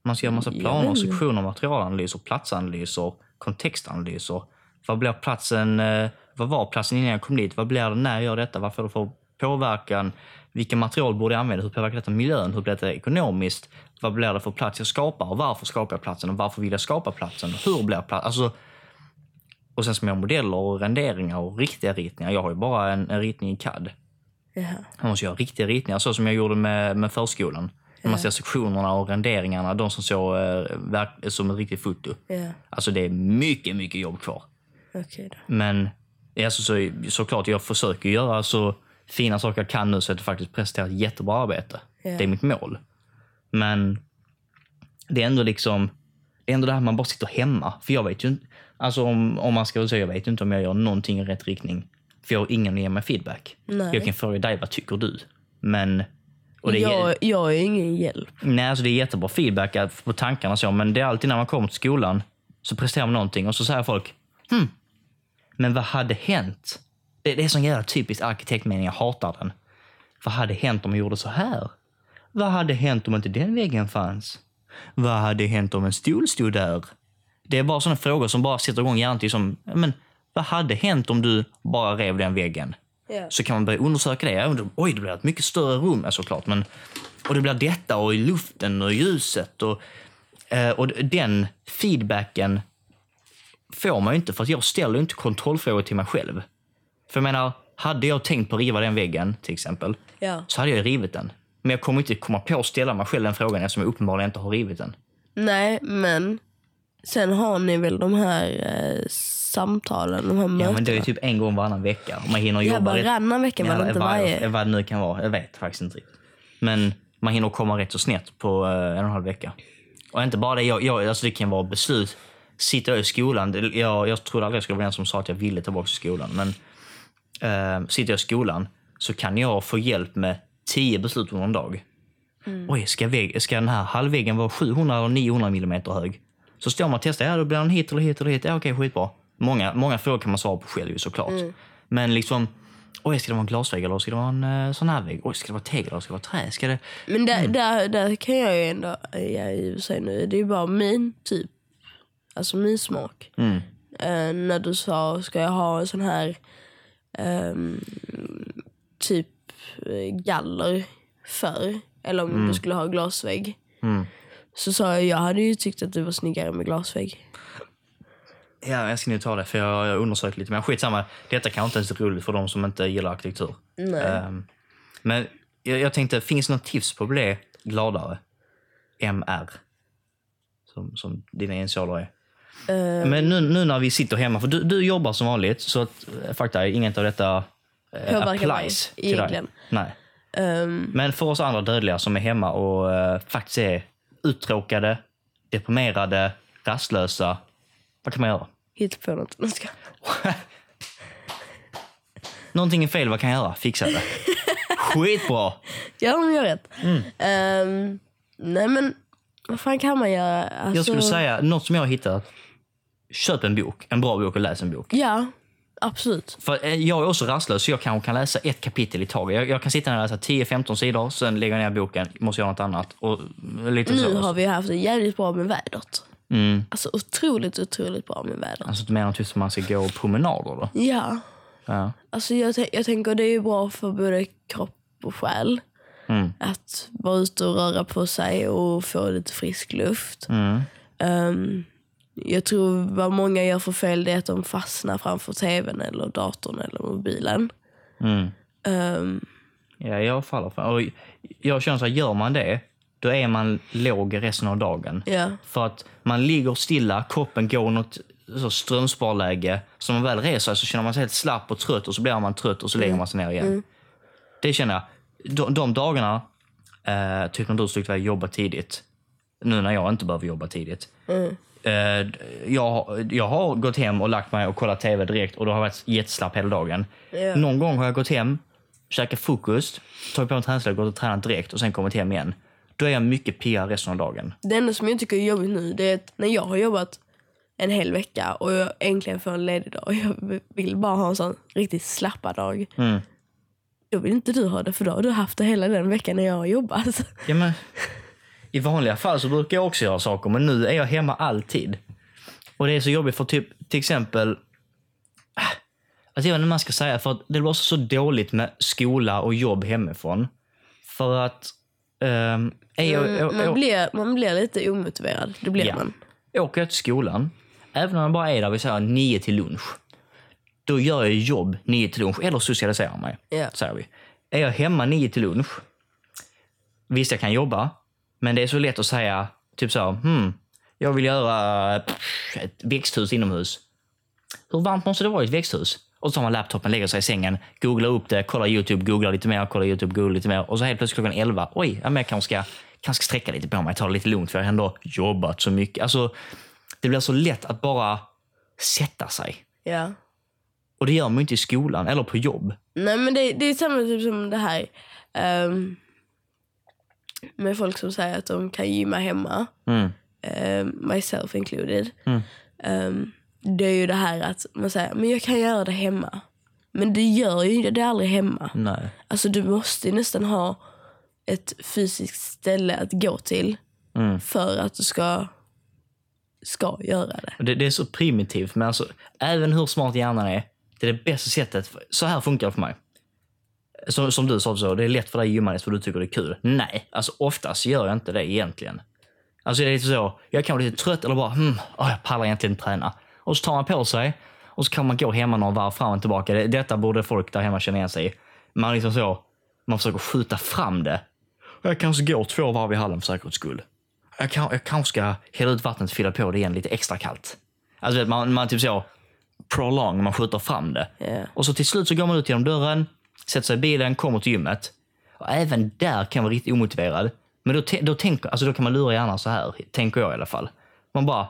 Speaker 2: Man ska göra massa
Speaker 1: Jag
Speaker 2: planer,
Speaker 1: vet inte.
Speaker 2: sektioner, materialanalyser, platsanalyser, kontextanalyser. Vad blir platsen? eh, Vad var platsen innan jag kom dit? Vad blir det när jag gör detta? Vad får det för påverkan? Vilka material borde jag använda? Hur påverkar detta miljön? Hur blir detta ekonomiskt? Vad blir det för plats jag skapar? Och varför skapar jag platsen? Och varför vill jag skapa platsen? Hur blir platsen? Alltså, och sen små modeller och renderingar och riktiga ritningar. Jag har ju bara en, en ritning i CAD.
Speaker 1: Jaha.
Speaker 2: Man måste göra riktiga ritningar, så som jag gjorde med, med förskolan. När man ser sektionerna och renderingarna, de som såg eh, verk- som ett riktigt foto.
Speaker 1: Ja,
Speaker 2: Alltså det är mycket, mycket jobb kvar.
Speaker 1: okej då.
Speaker 2: Men alltså, så, såklart, jag försöker göra så fina saker jag kan nu så att det faktiskt presterar ett jättebra arbete.
Speaker 1: Ja.
Speaker 2: Det är mitt mål. Men det är ändå liksom, det är ändå det här man bara sitter hemma. För jag vet ju inte, alltså om, om man ska säga, jag vet ju inte om jag gör någonting i rätt riktning. För jag har ingen att ge mig feedback.
Speaker 1: Nej.
Speaker 2: Jag kan fråga dig, vad tycker du? Men, och det,
Speaker 1: Jag, jag är ingen hjälp.
Speaker 2: Nej, alltså det är jättebra feedback att- på tankarna och så, men det är alltid när man kommer till skolan så presterar man någonting och så säger folk hmm, men vad hade hänt? Det, det är sån jävla typisk arkitektmening, jag hatar den. Vad hade hänt om jag gjorde så här? Vad hade hänt om inte den väggen fanns? Vad hade hänt om en stol stod där? Det är bara såna frågor som bara sätter igång hjärnan till som, "Ja, men vad hade hänt om du bara rev den väggen?
Speaker 1: Ja.
Speaker 2: så kan man börja undersöka det. Jag undrar, Oj, det blir ett mycket större rum ja, såklart. Men, och det blir detta och i luften och ljuset. Och, eh, och den feedbacken får man ju inte för att jag ställer ju inte kontrollfrågor till mig själv. För jag menar, hade jag tänkt på att riva den väggen till exempel
Speaker 1: Ja.
Speaker 2: så hade jag ju rivit den. Men jag kommer inte komma på att ställa mig själv den frågan eftersom jag uppenbarligen inte har rivit den.
Speaker 1: Nej, men sen har ni väl de här eh, samtalen, de här mötena.
Speaker 2: Ja, men det är ju typ en gång varannan vecka. och Man hinner
Speaker 1: Ja,
Speaker 2: jobba rätt-
Speaker 1: varannan vecka var det inte varje.
Speaker 2: Vad det nu kan vara. Jag vet faktiskt inte riktigt. Men man hinner komma rätt så snett på eh, en och en halv vecka. Och inte bara det. Jag, jag, alltså det kan vara beslut. Sitter jag i skolan. det- Jag, jag trodde aldrig jag skulle vara den som sa att jag ville tillbaka till skolan. Men eh, sitter jag i skolan så kan jag få hjälp med tio beslut på någon dag. Oj, ska, vägg, ska den här halvväggen vara 700 eller 900 millimeter hög? Så står man och testar. Ja, då blir den hit eller hit eller hit. Ja, okej, skitbra. Många, många frågor kan man svara på själv ju såklart. Men liksom, oj, ska det vara en glasvägg eller ska det vara en eh, sån här vägg? Oj, ska det vara tegel eller ska det vara trä? Ska det...
Speaker 1: Men där,
Speaker 2: Mm.
Speaker 1: där, där kan jag ju ändå, ja, i och för sig nu, det är ju bara min typ, alltså min smak.
Speaker 2: Mm.
Speaker 1: Eh, när du sa, ska jag ha en sån här ehm, typ eh, galler för, eller om
Speaker 2: Mm.
Speaker 1: du skulle ha glasvägg. Så sa jag, jag hade ju tyckt att du var snyggare med glasvägg.
Speaker 2: Ja, jag ska nu ta det för jag jag har undersökt lite. Men skitsamma, detta kanske inte ens är roligt för de som inte gillar arkitektur. Ehm, men jag, jag tänkte, finns det något tips på att bli gladare? MR. Som, som dina initialer är.
Speaker 1: Ehm.
Speaker 2: Men nu, nu när vi sitter hemma, för du, du jobbar som vanligt så att eh, fakta, inget av detta eh,
Speaker 1: Påverkar mig,
Speaker 2: applies till
Speaker 1: egentligen.
Speaker 2: dig. Nej.
Speaker 1: Ehm,
Speaker 2: Men för oss andra dödliga som är hemma och eh, faktiskt är uttråkade, deprimerade, rastlösa. Vad kan man göra?
Speaker 1: hitta på något. Jag ska-
Speaker 2: Någonting är fel, vad kan jag göra? Fixa det. Skitbra!
Speaker 1: Ja, men jag rätt.
Speaker 2: Mm.
Speaker 1: Ehm, nej men, vad fan kan man göra? Alltså,
Speaker 2: Jag skulle säga, något som jag har hittat. Köp en bok, en bra bok och läs en bok.
Speaker 1: Ja, absolut.
Speaker 2: För eh, jag är också rastlös så jag kanske kan läsa ett kapitel i taget. Jag, jag kan sitta ner och läsa 10-15 sidor, sen lägger jag ner boken, måste göra något annat. Och eh, lite
Speaker 1: Nu
Speaker 2: så.
Speaker 1: har vi haft det jävligt bra med vädret.
Speaker 2: Mm.
Speaker 1: Alltså otroligt, otroligt bra med vädret.
Speaker 2: Alltså du menar typ som man ska gå promenader då?
Speaker 1: Ja,
Speaker 2: Ja.
Speaker 1: alltså jag, tän- jag tänker det är ju bra för både kropp och själ.
Speaker 2: Mm.
Speaker 1: Att vara ute och röra på sig och få lite frisk luft.
Speaker 2: Mm.
Speaker 1: Ehm, jag tror vad många gör för fel det är att de fastnar framför tvn eller datorn eller mobilen.
Speaker 2: Mm.
Speaker 1: Ehm,
Speaker 2: Ja, jag faller för och Jag känner så här, gör man det, då är man låg resten av dagen.
Speaker 1: ja,
Speaker 2: För att man ligger stilla, kroppen går i något så strömsparläge. Så när man väl reser sig så känner man sig helt slapp och trött och så blir man trött och så lägger man sig ner igen. Det känner jag. De, de dagarna, eh, typ när du slutade jobba tidigt, nu när jag inte behöver jobba tidigt. Eh, jag, jag har gått hem och lagt mig och kollat tv direkt och då har jag varit jätteslapp hela dagen.
Speaker 1: Ja.
Speaker 2: Någon gång har jag gått hem, käkat frukost, tagit på mig träningskläder, gått och tränat direkt och sen kommit hem igen. Då är jag mycket piggare resten av dagen.
Speaker 1: Det enda som jag tycker är jobbigt nu det är att när jag har jobbat en hel vecka och jag äntligen får en ledig dag och jag vill bara ha en sån riktigt slappa dag.
Speaker 2: Mm.
Speaker 1: Då vill inte du ha det för då har du haft det hela den veckan när jag har jobbat. <laughs>
Speaker 2: Ja, men, I vanliga fall så brukar jag också göra saker, men nu är jag hemma alltid. Och det är så jobbigt för typ, till exempel... ah, Alltså jag vet inte vad man ska säga, för att det var så dåligt med skola och jobb hemifrån. För att... ehm, är jag, jag,
Speaker 1: Man
Speaker 2: jag,
Speaker 1: blir, man blir lite omotiverad, det blir
Speaker 2: Ja.
Speaker 1: man.
Speaker 2: åker jag till skolan, även om jag bara är där vid så här, nio till lunch, då gör jag jobb nio till lunch, eller socialiserar mig.
Speaker 1: Ja.
Speaker 2: Säger vi. Är jag hemma nio till lunch, visst jag kan jobba, Men det är så lätt att säga, typ så här, hmm, jag vill göra pff, ett växthus inomhus. Hur varmt måste det vara i ett växthus? Och så tar man laptopen, lägger sig i sängen, googlar upp det, kollar YouTube, googlar lite mer, kollar YouTube, googlar lite mer. Och så helt plötsligt klockan 11, oj, ja, men jag kanske ska, kanske ska sträcka lite på mig, ta det lite lugnt för jag har ändå jobbat så mycket. Alltså, det blir så lätt att bara sätta sig.
Speaker 1: Ja.
Speaker 2: Och det gör man ju inte i skolan eller på jobb.
Speaker 1: Nej men det, det är samma typ som det här. ehm, med folk som säger att de kan gymma hemma. ehm, myself included.
Speaker 2: Mm.
Speaker 1: Ehm, det är ju det här att man säger men jag kan göra det hemma. Men det gör ju det aldrig hemma.
Speaker 2: Nej.
Speaker 1: Alltså du måste ju nästan ha ett fysiskt ställe att gå till
Speaker 2: Mm.
Speaker 1: för att du ska, ska göra det.
Speaker 2: Det, det är så primitivt, men alltså, även hur smart hjärnan är, det är det bästa sättet. för- Så här funkar det för mig. Som, som du sa, så, det är lätt för dig att gymma för du tycker det är kul. Nej, alltså oftast gör jag inte det egentligen. Alltså det är lite så, jag kan vara lite trött eller bara, hmm, åh, jag pallar egentligen inte träna. Och så tar man på sig och så kan man gå hemma någon varv fram och tillbaka. Det- Detta borde folk där hemma känna igen sig i. Man liksom så, man försöker skjuta fram det. Jag kanske går två varv i hallen för säkerhets skull. Jag, kan, jag kanske ska hälla ut vattnet och fylla på det igen lite extra kallt. Alltså vet, man, man typ så prolong, man skjuter fram det.
Speaker 1: Ja.
Speaker 2: Och så till slut så går man ut genom dörren, sätter sig i bilen, kommer till gymmet. Och även där kan jag vara riktigt omotiverad. Men då, te- då, tänker, alltså då kan man lura hjärnan så här, tänker jag i alla fall. Man bara,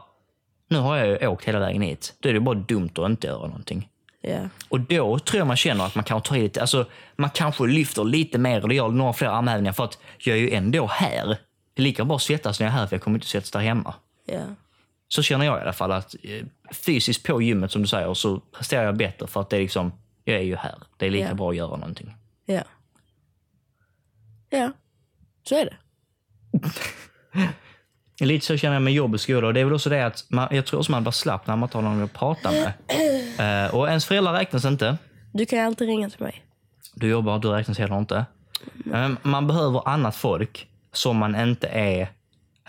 Speaker 2: nu har jag ju åkt hela vägen hit. Då är det bara dumt att inte göra någonting.
Speaker 1: Ja.
Speaker 2: Och då tror jag man känner att man kanske tar i lite, alltså man kanske lyfter lite mer eller gör några fler armhävningar för att jag är ju ändå här. Det är lika bra att svettas när jag är här för jag kommer inte svettas där hemma.
Speaker 1: Ja.
Speaker 2: Så känner jag i alla fall att eh, fysiskt på gymmet som du säger så presterar jag bättre för att det är liksom, jag är ju här. Det är lika
Speaker 1: Ja.
Speaker 2: bra att göra någonting.
Speaker 1: Ja. Ja. Så är det.
Speaker 2: Lite så känner jag med jobb och skola. Och det är väl också det att man, jag tror också man blir slapp när man inte har någon att prata med. Eh, och ens föräldrar räknas inte.
Speaker 1: Du kan ju alltid ringa till mig.
Speaker 2: Du jobbar, du räknas heller inte. Men man behöver annat folk som man inte är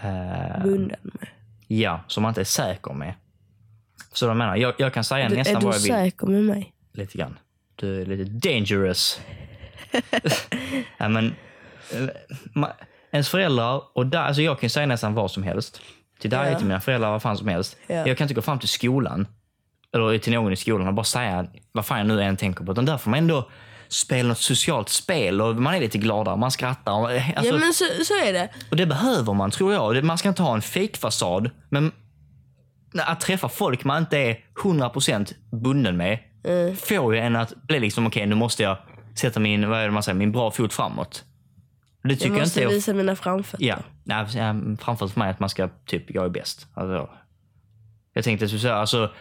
Speaker 2: eh,
Speaker 1: Bunden med.
Speaker 2: ja, som man inte är säker med. Så jag menar, jag, jag kan säga
Speaker 1: Du, är
Speaker 2: nästan
Speaker 1: du
Speaker 2: vad jag vill.
Speaker 1: säker med mig?
Speaker 2: Lite grann. Du är
Speaker 1: <laughs>
Speaker 2: lite dangerous. ja, men, eh, ma- ens föräldrar, och där, alltså jag kan ju säga nästan vad som helst. Till dig,
Speaker 1: Ja.
Speaker 2: till mina föräldrar, vad fan som helst.
Speaker 1: Ja.
Speaker 2: Jag kan inte gå fram till skolan, eller till någon i skolan och bara säga vad fan jag nu än tänker på. Utan där får man ändå spela något socialt spel och man är lite gladare, man skrattar. och- Alltså,
Speaker 1: ja men så, så är det.
Speaker 2: och det behöver man, tror jag. Det- Man ska inte ha en fejkfasad, men att träffa folk man inte är 100% bunden med
Speaker 1: Mm.
Speaker 2: får ju en att bli liksom, okej, nu måste jag sätta min, vad är det man säger, min bra fot framåt. Och Det tycker
Speaker 1: Jag
Speaker 2: jag,
Speaker 1: måste
Speaker 2: inte är...
Speaker 1: visa mina framfötter.
Speaker 2: Ja, nej, ja, framför för mig att man ska, typ, jag är bäst. Alltså, jag tänkte så här, alltså,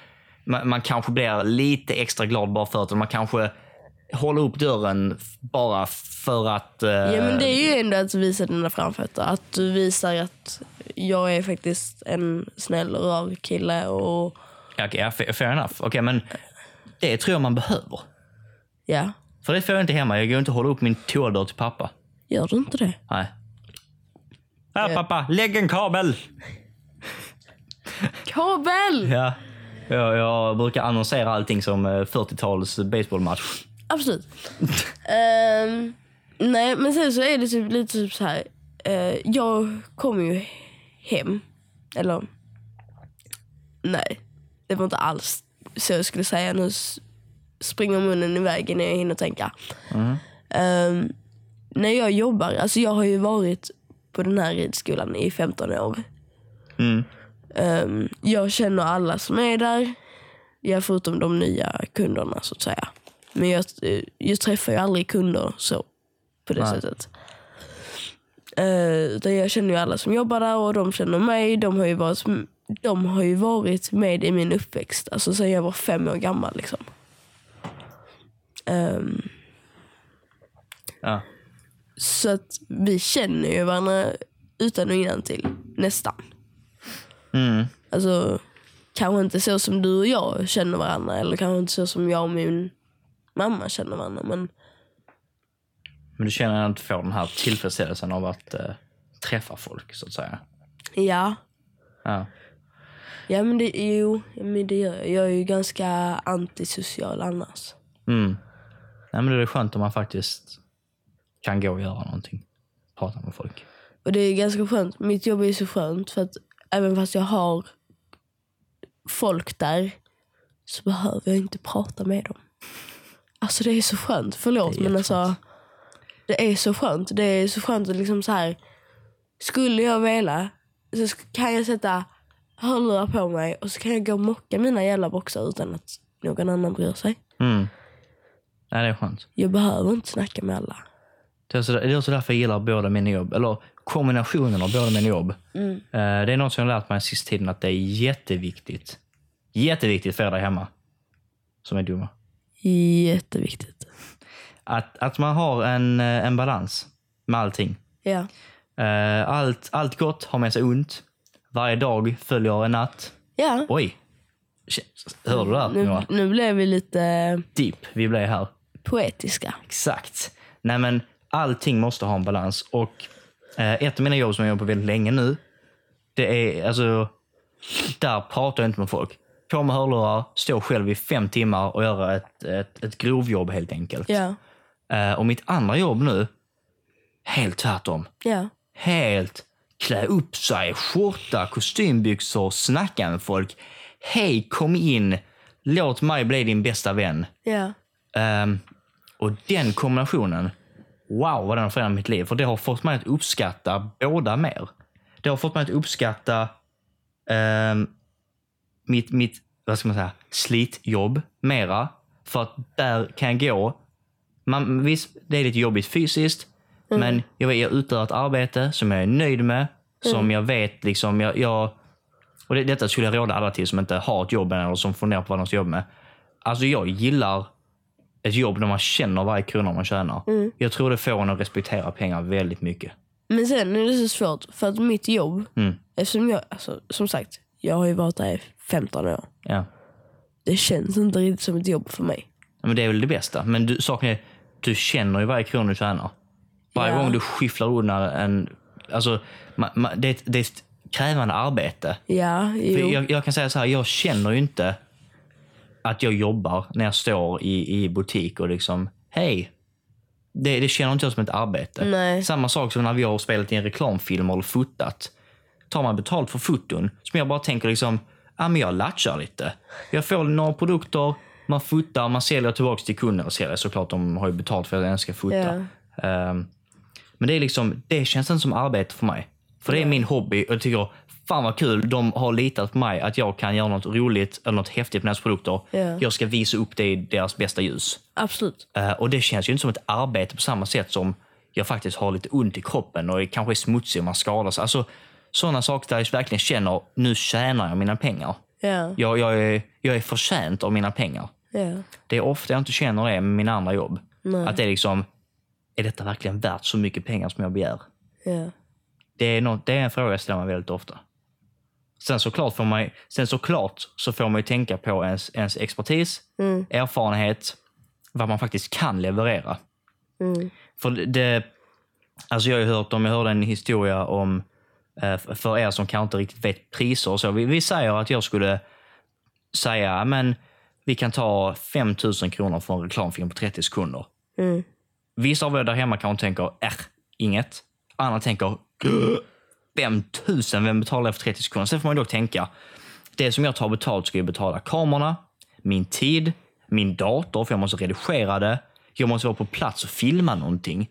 Speaker 2: man, man kanske blir lite extra glad bara för att man kanske håller upp dörren f- bara för att... eh,
Speaker 1: Ja, men det är ju ändå att visa dina framfötter. Att du visar att jag är faktiskt en snäll och rar kille. Och,
Speaker 2: Ja, Okej, ja, fa- fair enough. Okej, men det tror jag man behöver.
Speaker 1: ja,
Speaker 2: För det får jag inte hemma. Jag går inte och håller upp min toadörr till pappa.
Speaker 1: gör du inte det?
Speaker 2: Nej. Eh. Här pappa, lägg en kabel!
Speaker 1: Kabel!
Speaker 2: Ja. Jag, jag brukar annonsera allting som eh, 40-tals baseballmatch.
Speaker 1: Absolut. Ehm, nej, men sen så är det typ lite typ så här. eh, jag kom ju hem. Eller... Nej, det var inte alls så jag skulle säga. Nu s- springer munnen iväg innan jag hinner tänka. Ehm, när jag jobbar, alltså jag har ju varit på den här ridskolan i 15 år.
Speaker 2: Mm.
Speaker 1: Ehm, jag känner alla som är där. Ja, förutom de nya kunderna så att säga. Men jag, eh, jag träffar ju aldrig kunder så på det
Speaker 2: Nej.
Speaker 1: sättet. Eh, utan jag känner ju alla som jobbar där och de känner mig. De har ju varit, de har ju varit med i min uppväxt. Alltså sen jag var fem år gammal. Liksom. Ehm,
Speaker 2: Ja.
Speaker 1: så att vi känner ju varandra utan och innantill. Nästan.
Speaker 2: Mm.
Speaker 1: Alltså, kanske inte så som du och jag känner varandra. Eller kanske inte så som jag och min mamma känner varandra. Men
Speaker 2: Men du känner att du får den här tillfredsställelsen av att eh, träffa folk, så att säga.
Speaker 1: ja.
Speaker 2: Ja.
Speaker 1: Ja men det, jo, men det gör jag. Jag är ju ganska antisocial annars.
Speaker 2: Mm. Nej, men det är skönt om man faktiskt kan gå och göra någonting. Prata med folk.
Speaker 1: Och det är ganska skönt. Mitt jobb är så skönt för att även fast jag har folk där så behöver jag inte prata med dem. Alltså det är så skönt. Förlåt
Speaker 2: Det är
Speaker 1: men alltså.
Speaker 2: jätteskönt.
Speaker 1: Det är så skönt. Det är så skönt att liksom så här. Skulle jag vilja så sk- kan jag sätta hörlurar på mig och så kan jag gå och mocka mina jävla boxar utan att någon annan bryr sig.
Speaker 2: Mm. Nej, det är skönt.
Speaker 1: Jag behöver inte snacka med alla.
Speaker 2: Det är också, det är också därför jag gillar båda mina jobb. Eller kombinationen av båda mina jobb. Eh, Det är något som jag har lärt mig sist tiden att det är jätteviktigt. Jätteviktigt för er där hemma. Som är dumma.
Speaker 1: Jätteviktigt.
Speaker 2: Att, att man har en, eh, en balans med allting.
Speaker 1: Ja.
Speaker 2: Eh, Allt, allt gott har med sig ont. Varje dag följer en natt.
Speaker 1: Ja.
Speaker 2: Oj! Shit, Hör du det här,
Speaker 1: Nu,
Speaker 2: Noah?
Speaker 1: nu blev vi lite
Speaker 2: Deep, vi blev här.
Speaker 1: poetiska.
Speaker 2: Exakt. Nej, men allting måste ha en balans. Och eh, Ett av mina jobb som jag jobbar på väldigt länge nu, det är alltså... Där pratar jag inte med folk. På med hörlurar, stå själv i fem timmar och göra ett, ett, ett grovjobb helt enkelt.
Speaker 1: Ja.
Speaker 2: Eh, och mitt andra jobb nu, helt tvärtom.
Speaker 1: Ja.
Speaker 2: Helt klä upp sig, skjorta, kostymbyxor, snacka med folk. Hej, kom in. Låt mig bli din bästa vän.
Speaker 1: Ja.
Speaker 2: Ehm, och den kombinationen, wow vad den har förändrat mitt liv. För det har fått mig att uppskatta båda mer. Det har fått mig att uppskatta ehm, mitt, mitt vad ska man säga, slitjobb mera. För att där kan jag gå. Man, visst, det är lite jobbigt fysiskt. Men jag, vet, jag utför ett arbete som jag är nöjd med. Som jag vet liksom, jag, jag och det, detta skulle jag råda alla till som inte har ett jobb än eller som funderar på vad de ska jobba med. Alltså jag gillar ett jobb där man känner varje krona man tjänar. Jag tror det får en att respektera pengar väldigt mycket.
Speaker 1: Men sen är det så svårt för att mitt jobb,
Speaker 2: Mm.
Speaker 1: eftersom jag, alltså, som sagt, jag har ju varit där i 15 år.
Speaker 2: Ja.
Speaker 1: Det känns inte riktigt som ett jobb för mig.
Speaker 2: Ja, Men det är väl det bästa. Men du, saken är, du känner ju varje krona du tjänar. Varje
Speaker 1: Ja.
Speaker 2: gång du skifflar undan en... Alltså, ma, ma, det, är ett, det är ett krävande arbete.
Speaker 1: Ja,
Speaker 2: För
Speaker 1: jo.
Speaker 2: Jag, jag kan säga så här, jag känner ju inte att jag jobbar när jag står i, i butik och liksom, hej. Det, det känner inte jag som ett arbete.
Speaker 1: Nej.
Speaker 2: Samma sak som när vi har spelat i en reklamfilm eller fotat. Tar man betalt för foton, som jag bara tänker liksom, ja men jag latchar lite. Jag får några produkter, man fotar, man säljer tillbaka till kunden. Och säljer, såklart, de har ju betalt för att jag ens ska fota.
Speaker 1: Ja.
Speaker 2: Ehm, men det är liksom, det känns inte som arbete för mig. För det är min hobby och jag tycker, fan vad kul, de har litat på mig att jag kan göra något roligt eller något häftigt med deras produkter.
Speaker 1: Ja.
Speaker 2: Jag ska visa upp det i deras bästa ljus.
Speaker 1: Absolut.
Speaker 2: Eh, och det känns ju inte som ett arbete på samma sätt som jag faktiskt har lite ont i kroppen och är kanske är smutsig och man skadar sig. Alltså sådana saker där jag verkligen känner, nu tjänar jag mina pengar.
Speaker 1: Ja.
Speaker 2: Jag, jag, är, jag är förtjänt av mina pengar.
Speaker 1: Ja.
Speaker 2: Det är ofta jag inte känner det med mina andra jobb. Att det är liksom, är detta verkligen värt så mycket pengar som jag begär?
Speaker 1: Ja.
Speaker 2: Det är, något, det är en fråga jag ställer mig väldigt ofta. Sen såklart, får man, ju- sen såklart så får man ju tänka på ens, ens expertis,
Speaker 1: Mm.
Speaker 2: erfarenhet, vad man faktiskt kan leverera.
Speaker 1: Mm.
Speaker 2: För det- det, alltså jag har ju hört om, jag hörde en historia om, eh, för er som kanske inte riktigt vet priser och så. Vi, vi säger att jag skulle säga, men vi kan ta 5 000 kronor för en reklamfilm på 30 sekunder.
Speaker 1: Mm.
Speaker 2: Vissa av er där hemma kanske tänker, äh, inget. Andra tänker, 5000, vem betalar jag för 30 sekunder? Sen får man ju dock tänka, det som jag tar betalt ska ju betala kamerorna, min tid, min dator, för jag måste redigera det. Jag måste vara på plats och filma någonting.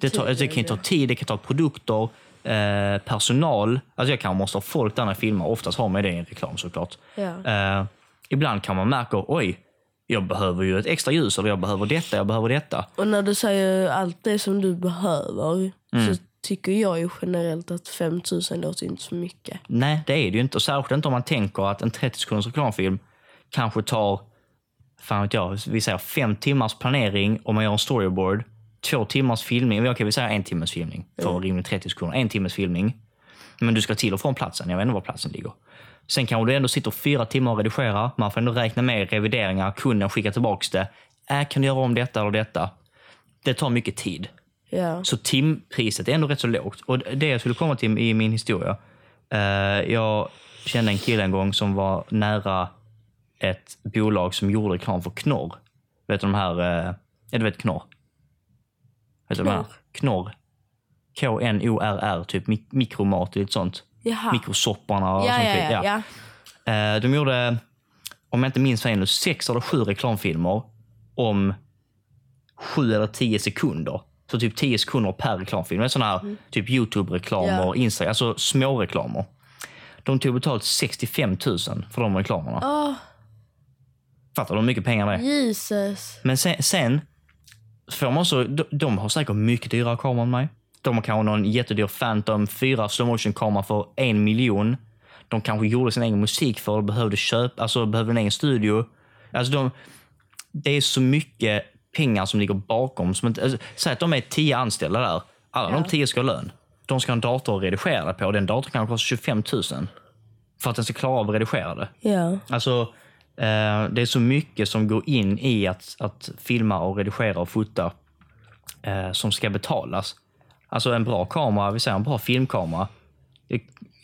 Speaker 2: det, tar, alltså, det kan ju ta tid, det kan ta produkter, eh, personal. Alltså jag kanske måste ha folk där när jag filmar. Oftast har man ju det i en reklam såklart.
Speaker 1: Ja.
Speaker 2: Eh, ibland kan man märka, oj, jag behöver ju ett extra ljus, eller jag behöver detta, jag behöver detta.
Speaker 1: Och när du säger allt det som du behöver
Speaker 2: Mm.
Speaker 1: så tycker jag ju generellt att 5000 låter inte så mycket.
Speaker 2: Nej, det är det ju inte. Och särskilt inte om man tänker att en 30 sekunders reklamfilm kanske tar, fan vet jag, vi säger fem timmars planering om man gör en storyboard, två timmars filmning, eller okej vi säger en timmes filmning för mm. rimligt 30 sekunder, en timmes filmning. Men du ska till och från platsen, jag vet inte var platsen ligger. Sen kanske du ändå sitter fyra timmar och redigerar, man får ändå räkna med revideringar, kunden skickar tillbaks det. Äh, kan du göra om detta eller detta? Det tar mycket tid.
Speaker 1: Ja.
Speaker 2: Så timpriset är ändå rätt så lågt. Och det jag skulle komma till i min historia. Eh, jag kände en kille en gång som var nära ett bolag som gjorde reklam för Knorr. Vet du de här... Eh, ja, du vet Knorr? Vet du de här? Knorr. K-N-O-R-R, typ mik- mikromat och lite sånt.
Speaker 1: Jaha.
Speaker 2: Mikrosopparna och
Speaker 1: ja,
Speaker 2: sånt.
Speaker 1: ja,
Speaker 2: skit,
Speaker 1: ja, ja.
Speaker 2: Eh, De gjorde, om jag inte minns fel nu, sex eller sju reklamfilmer om sju eller tio sekunder. Så typ tio sekunder per reklamfilm. Det är sådana här typ YouTube-reklamer,
Speaker 1: Ja.
Speaker 2: Instagram, alltså små reklamer. De tog betalt 65 000 för de reklamerna.
Speaker 1: Åh,
Speaker 2: Fattar du hur mycket pengar det är?
Speaker 1: Jesus.
Speaker 2: Men sen, sen får man så, de, de har säkert mycket dyrare kameror än mig. De har kanske någon jättedyr Phantom 4 slow motion kamera för en miljon. De kanske gjorde sin egen musik för det, behövde köpa, alltså behövde en egen studio. Alltså de, det är så mycket pengar som ligger bakom. Som inte, alltså, säg att de är tio anställda där. Alla de
Speaker 1: Ja.
Speaker 2: tio ska ha lön. De ska ha en dator att redigera det på. Den datorn kanske kostar 25 000 för att den ska klara av att redigera det.
Speaker 1: Ja.
Speaker 2: Alltså, eh, det är så mycket som går in i att, att filma och redigera och fota eh, som ska betalas. Alltså en bra kamera, vi säger en bra filmkamera. Det,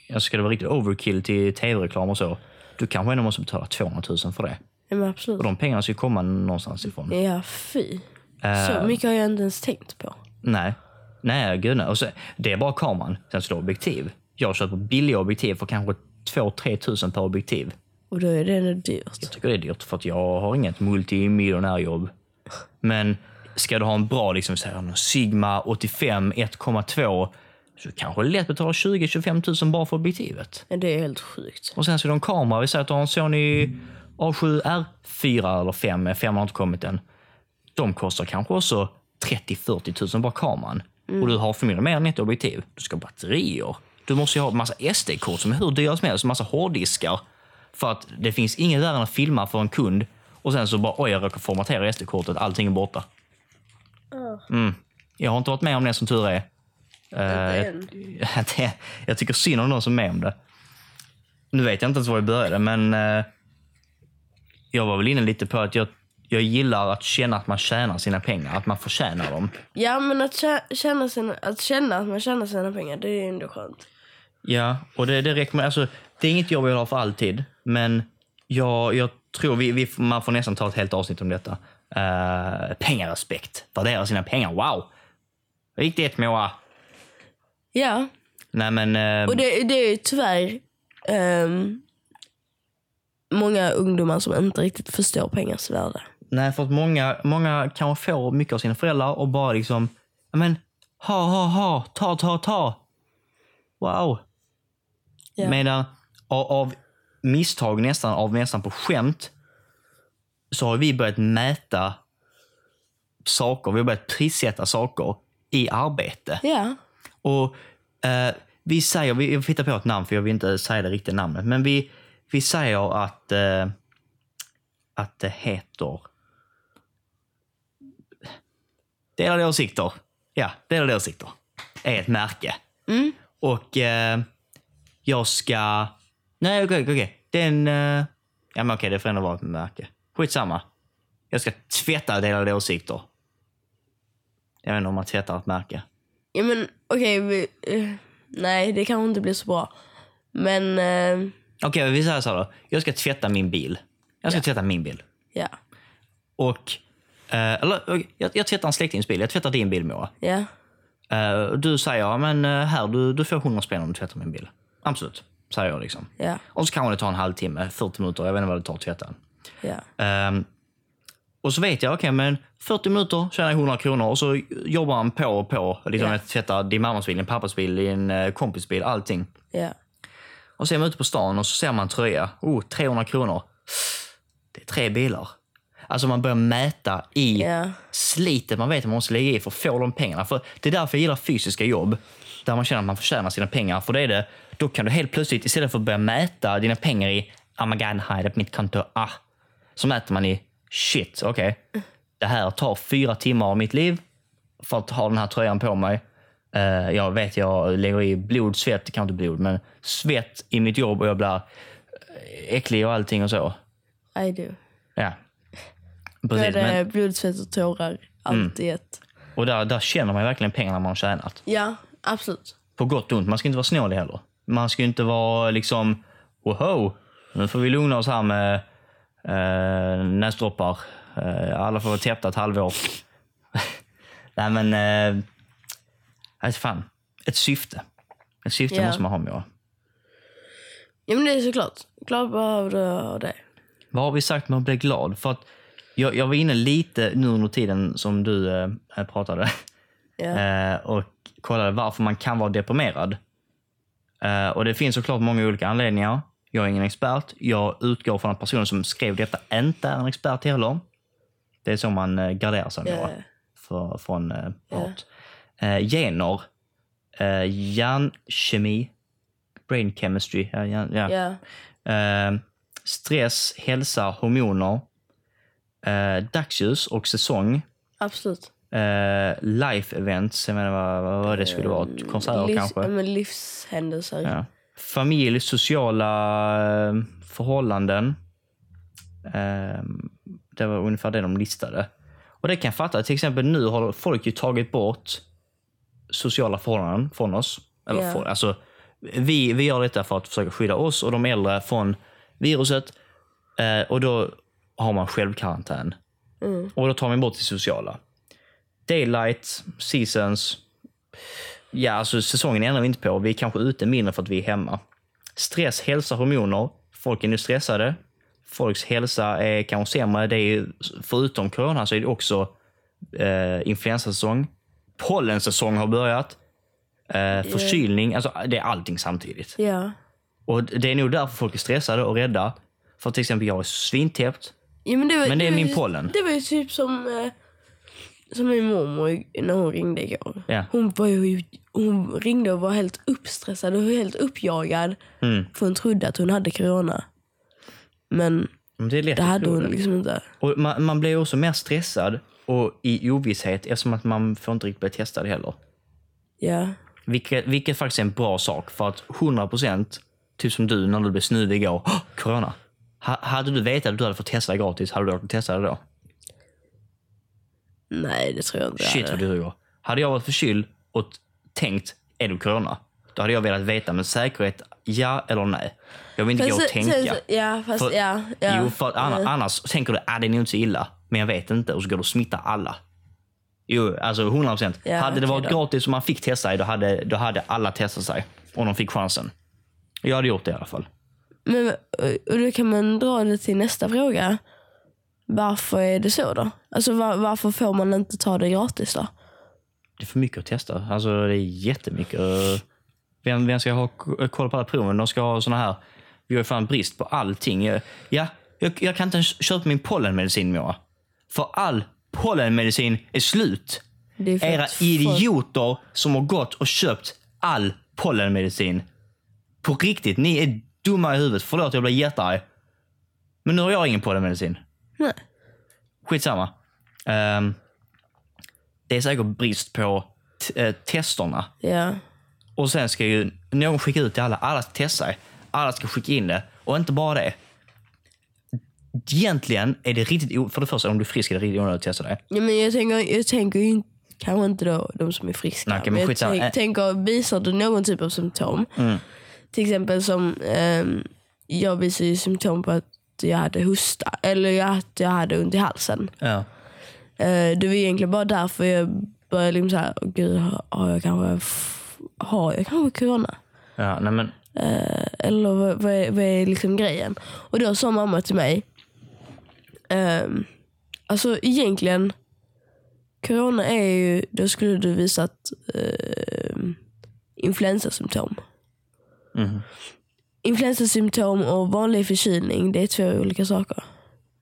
Speaker 2: jag ska det vara riktigt overkill till tv-reklam och så. Du kanske ändå måste betala 200 000 för det.
Speaker 1: ja, men
Speaker 2: Och
Speaker 1: absolut.
Speaker 2: de pengarna ska ju komma någonstans ifrån.
Speaker 1: Ja, fy.
Speaker 2: Eh,
Speaker 1: Så mycket har jag inte ens tänkt på.
Speaker 2: Nej. Nej, gud nej. Och så, det är bara kameran. Sen så är det objektiv. Jag köper billiga objektiv för kanske 2-3 tusen per objektiv.
Speaker 1: Och då är det ändå dyrt.
Speaker 2: Jag tycker det är dyrt för att jag har inget multimiljonärjobb. Men ska du ha en bra liksom, så här, någon Sigma 85 1,2 så kanske det är lätt att betala 20-25 000 bara för objektivet.
Speaker 1: Men det är helt sjukt.
Speaker 2: Och sen så är det en kamera. Vi säger att du har en Sony A7R 4 eller 5, 5 har inte kommit än. De kostar kanske också 30-40 000 bara kameran. Och du har förmodligen mer än ett objektiv. Du ska ha batterier. Du måste ju ha massa SD-kort som är hur dyra som helst, massa hårddiskar. För att det finns inget värre än att filma för en kund och sen så bara oj, jag råkar formatera SD-kortet, allting är borta. Mm. Jag har inte varit med om det som tur är. Eh, det, jag tycker synd om de som är med om det. Nu vet jag inte ens var jag började, men eh, jag var väl inne lite på att jag, jag gillar att känna att man tjänar sina pengar, att man förtjänar dem.
Speaker 1: Ja, men att tjä- känna, sina, att känna att man tjänar sina pengar, det är ändå skönt.
Speaker 2: Ja, och det, det rekommenderar alltså, Det är inget jobb jag vill ha för alltid, men jag, jag tror vi, vi, man får nästan ta ett helt avsnitt om detta. Uh, pengarrespekt. Värdera sina pengar. Wow! Riktigt Moa!
Speaker 1: Ja,
Speaker 2: Nej, men... eh,
Speaker 1: och det, det är ju tyvärr ehm, många ungdomar som inte riktigt förstår pengars värde.
Speaker 2: Nej, för att många, många kanske får mycket av sina föräldrar och bara liksom, "Ja, men ha, ha, ha, ta, ta, ta. Wow.
Speaker 1: Ja.
Speaker 2: Medan av, av misstag nästan, av nästan på skämt, så har vi börjat mäta saker, vi har börjat prissätta saker i arbete.
Speaker 1: Ja,
Speaker 2: Och eh, vi säger, vi, jag hittar på ett namn för jag vill inte säga det riktiga namnet, men vi, vi säger att, eh, att det heter... Delade åsikter. Ja, delade åsikter. Är ett märke.
Speaker 1: Mm.
Speaker 2: Och eh, jag ska... Nej, okej, okej. okej. Den... Eh... Ja, men okej, det får ändå vara ett märke. Skitsamma. Jag ska tvätta delade åsikter. Jag vet inte om man tvättar ett märke.
Speaker 1: ja men okej. vi- eh, nej, det kanske inte blir så bra. Men eh,
Speaker 2: Okej, vi säger så här då. Jag ska tvätta min bil. Jag ska
Speaker 1: Ja.
Speaker 2: tvätta min bil.
Speaker 1: ja,
Speaker 2: Och... Eh, eller, okej, jag, jag tvättar en släktings bil. Jag tvättar din bil, Moa.
Speaker 1: ja,
Speaker 2: Eh, och du säger, ja, men eh, här, du, du får 100 spänn om du tvättar min bil. Absolut, säger jag liksom.
Speaker 1: ja,
Speaker 2: Och så kanske det tar en halvtimme, 40 minuter. Jag vet inte vad det tar att tvätta den.
Speaker 1: ja.
Speaker 2: Ehm, och så vet jag, okej, men 40 minuter tjänar jag 100 kronor och så jobbar han på och på. Liksom,
Speaker 1: Ja.
Speaker 2: Jag tvättar din mammas bil, din pappas bil, din eh, kompis bil, allting.
Speaker 1: ja.
Speaker 2: Och så är man ute på stan och så ser man en tröja. Oh, 300 kronor. Det är tre bilar. Alltså man börjar mäta i
Speaker 1: Ja.
Speaker 2: slitet man vet att man måste lägga i för att få de pengarna. För det är därför jag gillar fysiska jobb. Där man känner att man förtjänar sina pengar. För det är det, då kan du helt plötsligt istället för att börja mäta dina pengar i Oh my god, här är det på mitt konto. Ah. Så mäter man i shit, okej. Det här tar fyra timmar av mitt liv för att ha den här tröjan på mig. Eh, jag vet, jag lägger i blod, svett, kanske inte blod, men svett i mitt jobb och jag blir eh, äcklig och allting och så.
Speaker 1: I do.
Speaker 2: Ja.
Speaker 1: Då är
Speaker 2: Precis,
Speaker 1: det
Speaker 2: men, Mm.
Speaker 1: blod, svett eh, och tårar. Allt i ett.
Speaker 2: och där, där känner man ju verkligen pengarna man har tjänat.
Speaker 1: Ja, absolut.
Speaker 2: På gott och ont. Man ska inte vara snålig heller. Man ska ju inte vara liksom, woho, nu får vi lugna oss här med eh, näsdroppar. Eh, alla <laughs> får vara täppta ett halvår. Nej men, eh, alltså fan. ett syfte. Ett syfte
Speaker 1: Ja.
Speaker 2: måste man ha med det.
Speaker 1: Ja, men det är såklart. Klart behöver du ha det.
Speaker 2: Vad har vi sagt med att bli glad? För att jag, jag var inne lite nu under tiden som du eh, pratade
Speaker 1: Ja.
Speaker 2: eh, och kollade varför man kan vara deprimerad. Eh, och Det finns såklart många olika anledningar. Jag är ingen expert. Jag utgår från att personen som skrev detta inte är en expert heller. Det är så man eh, garderar sig.
Speaker 1: Ja.
Speaker 2: Nora. för, från eh,
Speaker 1: Ja.
Speaker 2: art. Eh, gener, eh, hjärnkemi, brain chemistry, ja, hjärn, ja.
Speaker 1: Ja.
Speaker 2: Eh, stress, hälsa, hormoner, eh, dagsljus och säsong,
Speaker 1: Absolut.
Speaker 2: eh, life events, jag menar vad, vad, vad det skulle vara, konserter
Speaker 1: Livs,
Speaker 2: kanske.
Speaker 1: ja, men livshändelser.
Speaker 2: Ja. Familj, sociala eh, förhållanden. Ehm, Det var ungefär det de listade. Och det kan jag fatta. Till exempel nu har folk ju tagit bort sociala förhållanden från oss. Eller
Speaker 1: Ja.
Speaker 2: från, alltså, vi, vi gör detta för att försöka skydda oss och de äldre från viruset. Eh, och då har man självkarantän.
Speaker 1: Mm.
Speaker 2: Och då tar man bort det sociala. Daylight, seasons. Ja, alltså säsongen ändrar vi inte på. Vi är kanske ute mindre för att vi är hemma. Stress, hälsa, hormoner. Folk är nu stressade. Folks hälsa är kanske sämre. Det är ju, förutom corona så är det också eh, influensasäsong. Pollensäsong har börjat. Eh, förkylning. Alltså, det är allting samtidigt.
Speaker 1: Ja.
Speaker 2: Och Det är nog därför folk är stressade och rädda. För till exempel jag är svintäppt.
Speaker 1: Ja, men, det var,
Speaker 2: Men det är
Speaker 1: var
Speaker 2: min
Speaker 1: ju-
Speaker 2: pollen.
Speaker 1: Det var ju typ som, eh, som min mormor i- när hon ringde igår.
Speaker 2: Ja.
Speaker 1: Hon, var ju, hon ringde och var helt uppstressad och helt uppjagad.
Speaker 2: Mm.
Speaker 1: För hon trodde att hon hade corona. Men
Speaker 2: Men Det, är lätt
Speaker 1: det
Speaker 2: att
Speaker 1: hade
Speaker 2: tro
Speaker 1: hon
Speaker 2: det.
Speaker 1: liksom inte.
Speaker 2: Och man, man blir också mer stressad och i ovisshet eftersom att man får inte riktigt bli testad heller.
Speaker 1: Ja.
Speaker 2: Vilket, vilket faktiskt är en bra sak för att 100% typ som du när du blev snuvig igår. "Åh, Corona! Ha, hade du vetat att du hade fått testa gratis, hade du åkt och testat då?
Speaker 1: Nej, det tror jag inte. jag
Speaker 2: Shit
Speaker 1: hade.
Speaker 2: vad du ljuger. Hade jag varit förkyld och t- tänkt, är du corona? Då hade jag velat veta med säkerhet, ja eller nej. Jag vill inte gå och
Speaker 1: sen-
Speaker 2: tänka.
Speaker 1: sen- ja, fast
Speaker 2: För-
Speaker 1: Alltså, ja. ja. Mm.
Speaker 2: Jo, för att annars, annars tänker du att det är nog inte så illa, men jag vet inte. Och så går du och smittar alla. Jo, alltså 100 procent.
Speaker 1: Ja,
Speaker 2: hade det
Speaker 1: okej
Speaker 2: varit
Speaker 1: då.
Speaker 2: gratis och man fick testa sig, då hade, då hade alla testat sig. Om de fick chansen. Jag hade gjort det i alla fall.
Speaker 1: Men, och och då kan man dra det till nästa fråga. Varför är det så då? Alltså var, varför får man inte ta det gratis då?
Speaker 2: Det är för mycket att testa. Alltså det är jättemycket. Eh, Vem, vem ska ha k- koll på alla proven? De ska ha såna här... Vi har ju fan brist på allting. Eh, Ja, jag, jag kan inte ens köpa min pollenmedicin Moa. För all pollenmedicin är slut.
Speaker 1: Det är för
Speaker 2: Era
Speaker 1: att folk-
Speaker 2: idioter som har gått och köpt all pollenmedicin. På riktigt, ni är dumma i huvudet. Förlåt, jag blir jättearg. Men nu har jag ingen pollenmedicin.
Speaker 1: Nej.
Speaker 2: Skitsamma. Ehm, det är säkert brist på t- eh, testerna.
Speaker 1: Ja.
Speaker 2: Och sen ska ju någon skicka ut till alla. Alla ska testa sig. Alla ska skicka in det. Och inte bara det. Egentligen är det riktigt... o- För det första, om du är frisk är det riktigt onödigt att testa dig.
Speaker 1: ja men jag tänker, jag tänker ju inte, kanske inte då de som är friska.
Speaker 2: Nej, okej, men
Speaker 1: jag
Speaker 2: skitsamma.
Speaker 1: tänk,
Speaker 2: Ä- Mm.
Speaker 1: tänker, visar du någon typ av symptom? Till exempel som ehm, jag visar ju symptom på att jag hade hosta eller att jag hade ont i halsen.
Speaker 2: Ja.
Speaker 1: Eh, Det var egentligen bara därför jag började liksom såhär, "Åh, gud har- har jag kanske, f- har jag kanske corona?
Speaker 2: ja nej men,
Speaker 1: Eller vad, vad, är, vad är liksom grejen? Och då sa mamma till mig, ehm, alltså egentligen, corona är ju, då skulle du visat ehm, influensasymptom.
Speaker 2: Mhm.
Speaker 1: Influensasymptom och vanlig förkylning, det är två olika saker.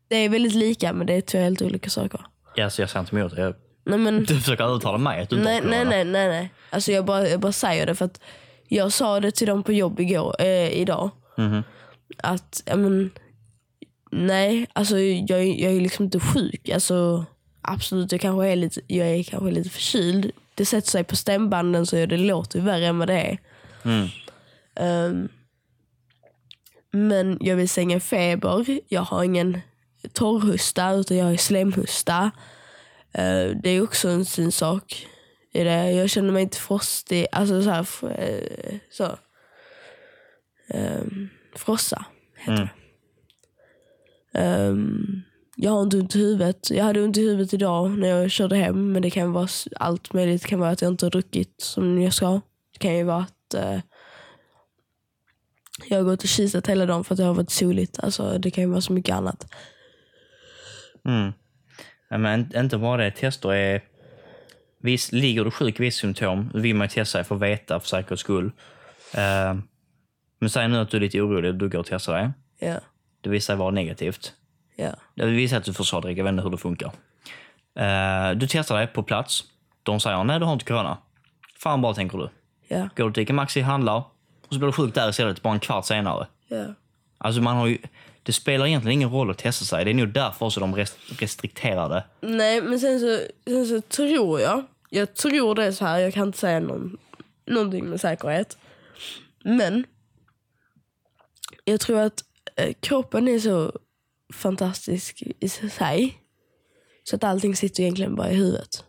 Speaker 1: Det är väldigt lika men det är två helt olika saker.
Speaker 2: ja, så jag säger inte emot det. Jag-
Speaker 1: Nej, men,
Speaker 2: Du försöker övertala mig att du inte
Speaker 1: Nej,
Speaker 2: har
Speaker 1: nej,
Speaker 2: corona.
Speaker 1: nej, nej, nej. Alltså jag bara, jag bara säger det för att jag sa det till dem på jobb igår, eh, idag.
Speaker 2: Mhm.
Speaker 1: Att, ja men, nej, alltså jag, är- jag är liksom inte sjuk. Alltså absolut, jag kanske är lite, jag är kanske lite förkyld. Det sätter sig på stämbanden så det låter värre än vad det är.
Speaker 2: Mm.
Speaker 1: Ehm, men jag visar ingen feber. Jag har ingen torrhusta utan jag har slemhusta. Eh, det är också en synsak. I det. Jag känner mig inte frostig. Alltså så här, f- eh, så. Ehm, frossa heter
Speaker 2: Mm.
Speaker 1: det. Ehm, jag har inte ont i huvudet. Jag hade ont i huvudet idag när jag körde hem. Men det kan vara s- allt möjligt. Det kan vara att jag inte har druckit som jag ska. Det kan ju vara att eh, jag har gått och kisat hela dagen för att det har varit soligt. Alltså, det kan ju vara så mycket annat.
Speaker 2: Mm. Ja, men inte- inte bara det. Tester är... Visst, ligger du sjuk i visst symptom vill man ju testa sig för att veta för säkerhets skull. Eh, men säg nu att du är lite orolig och du går och testar dig.
Speaker 1: Ja,
Speaker 2: Det visar sig vara negativt.
Speaker 1: ja,
Speaker 2: Det visar att du får sardricka. Jag vet inte hur det funkar. Eh, du testar dig på plats. De säger nej, du har inte corona. Fan bara tänker du.
Speaker 1: ja,
Speaker 2: Går du till Ica Maxi, handlar och så blir du sjuk där istället bara en kvart senare.
Speaker 1: ja.
Speaker 2: Alltså man har ju, det spelar egentligen ingen roll att testa sig. Det är nog därför också de rest- restrikterade.
Speaker 1: Nej, men sen så, sen så tror jag. Jag tror det är så här. Jag kan inte säga någon, någonting med säkerhet. Men jag tror att eh, kroppen är så fantastisk i sig. Så att allting sitter egentligen bara i huvudet.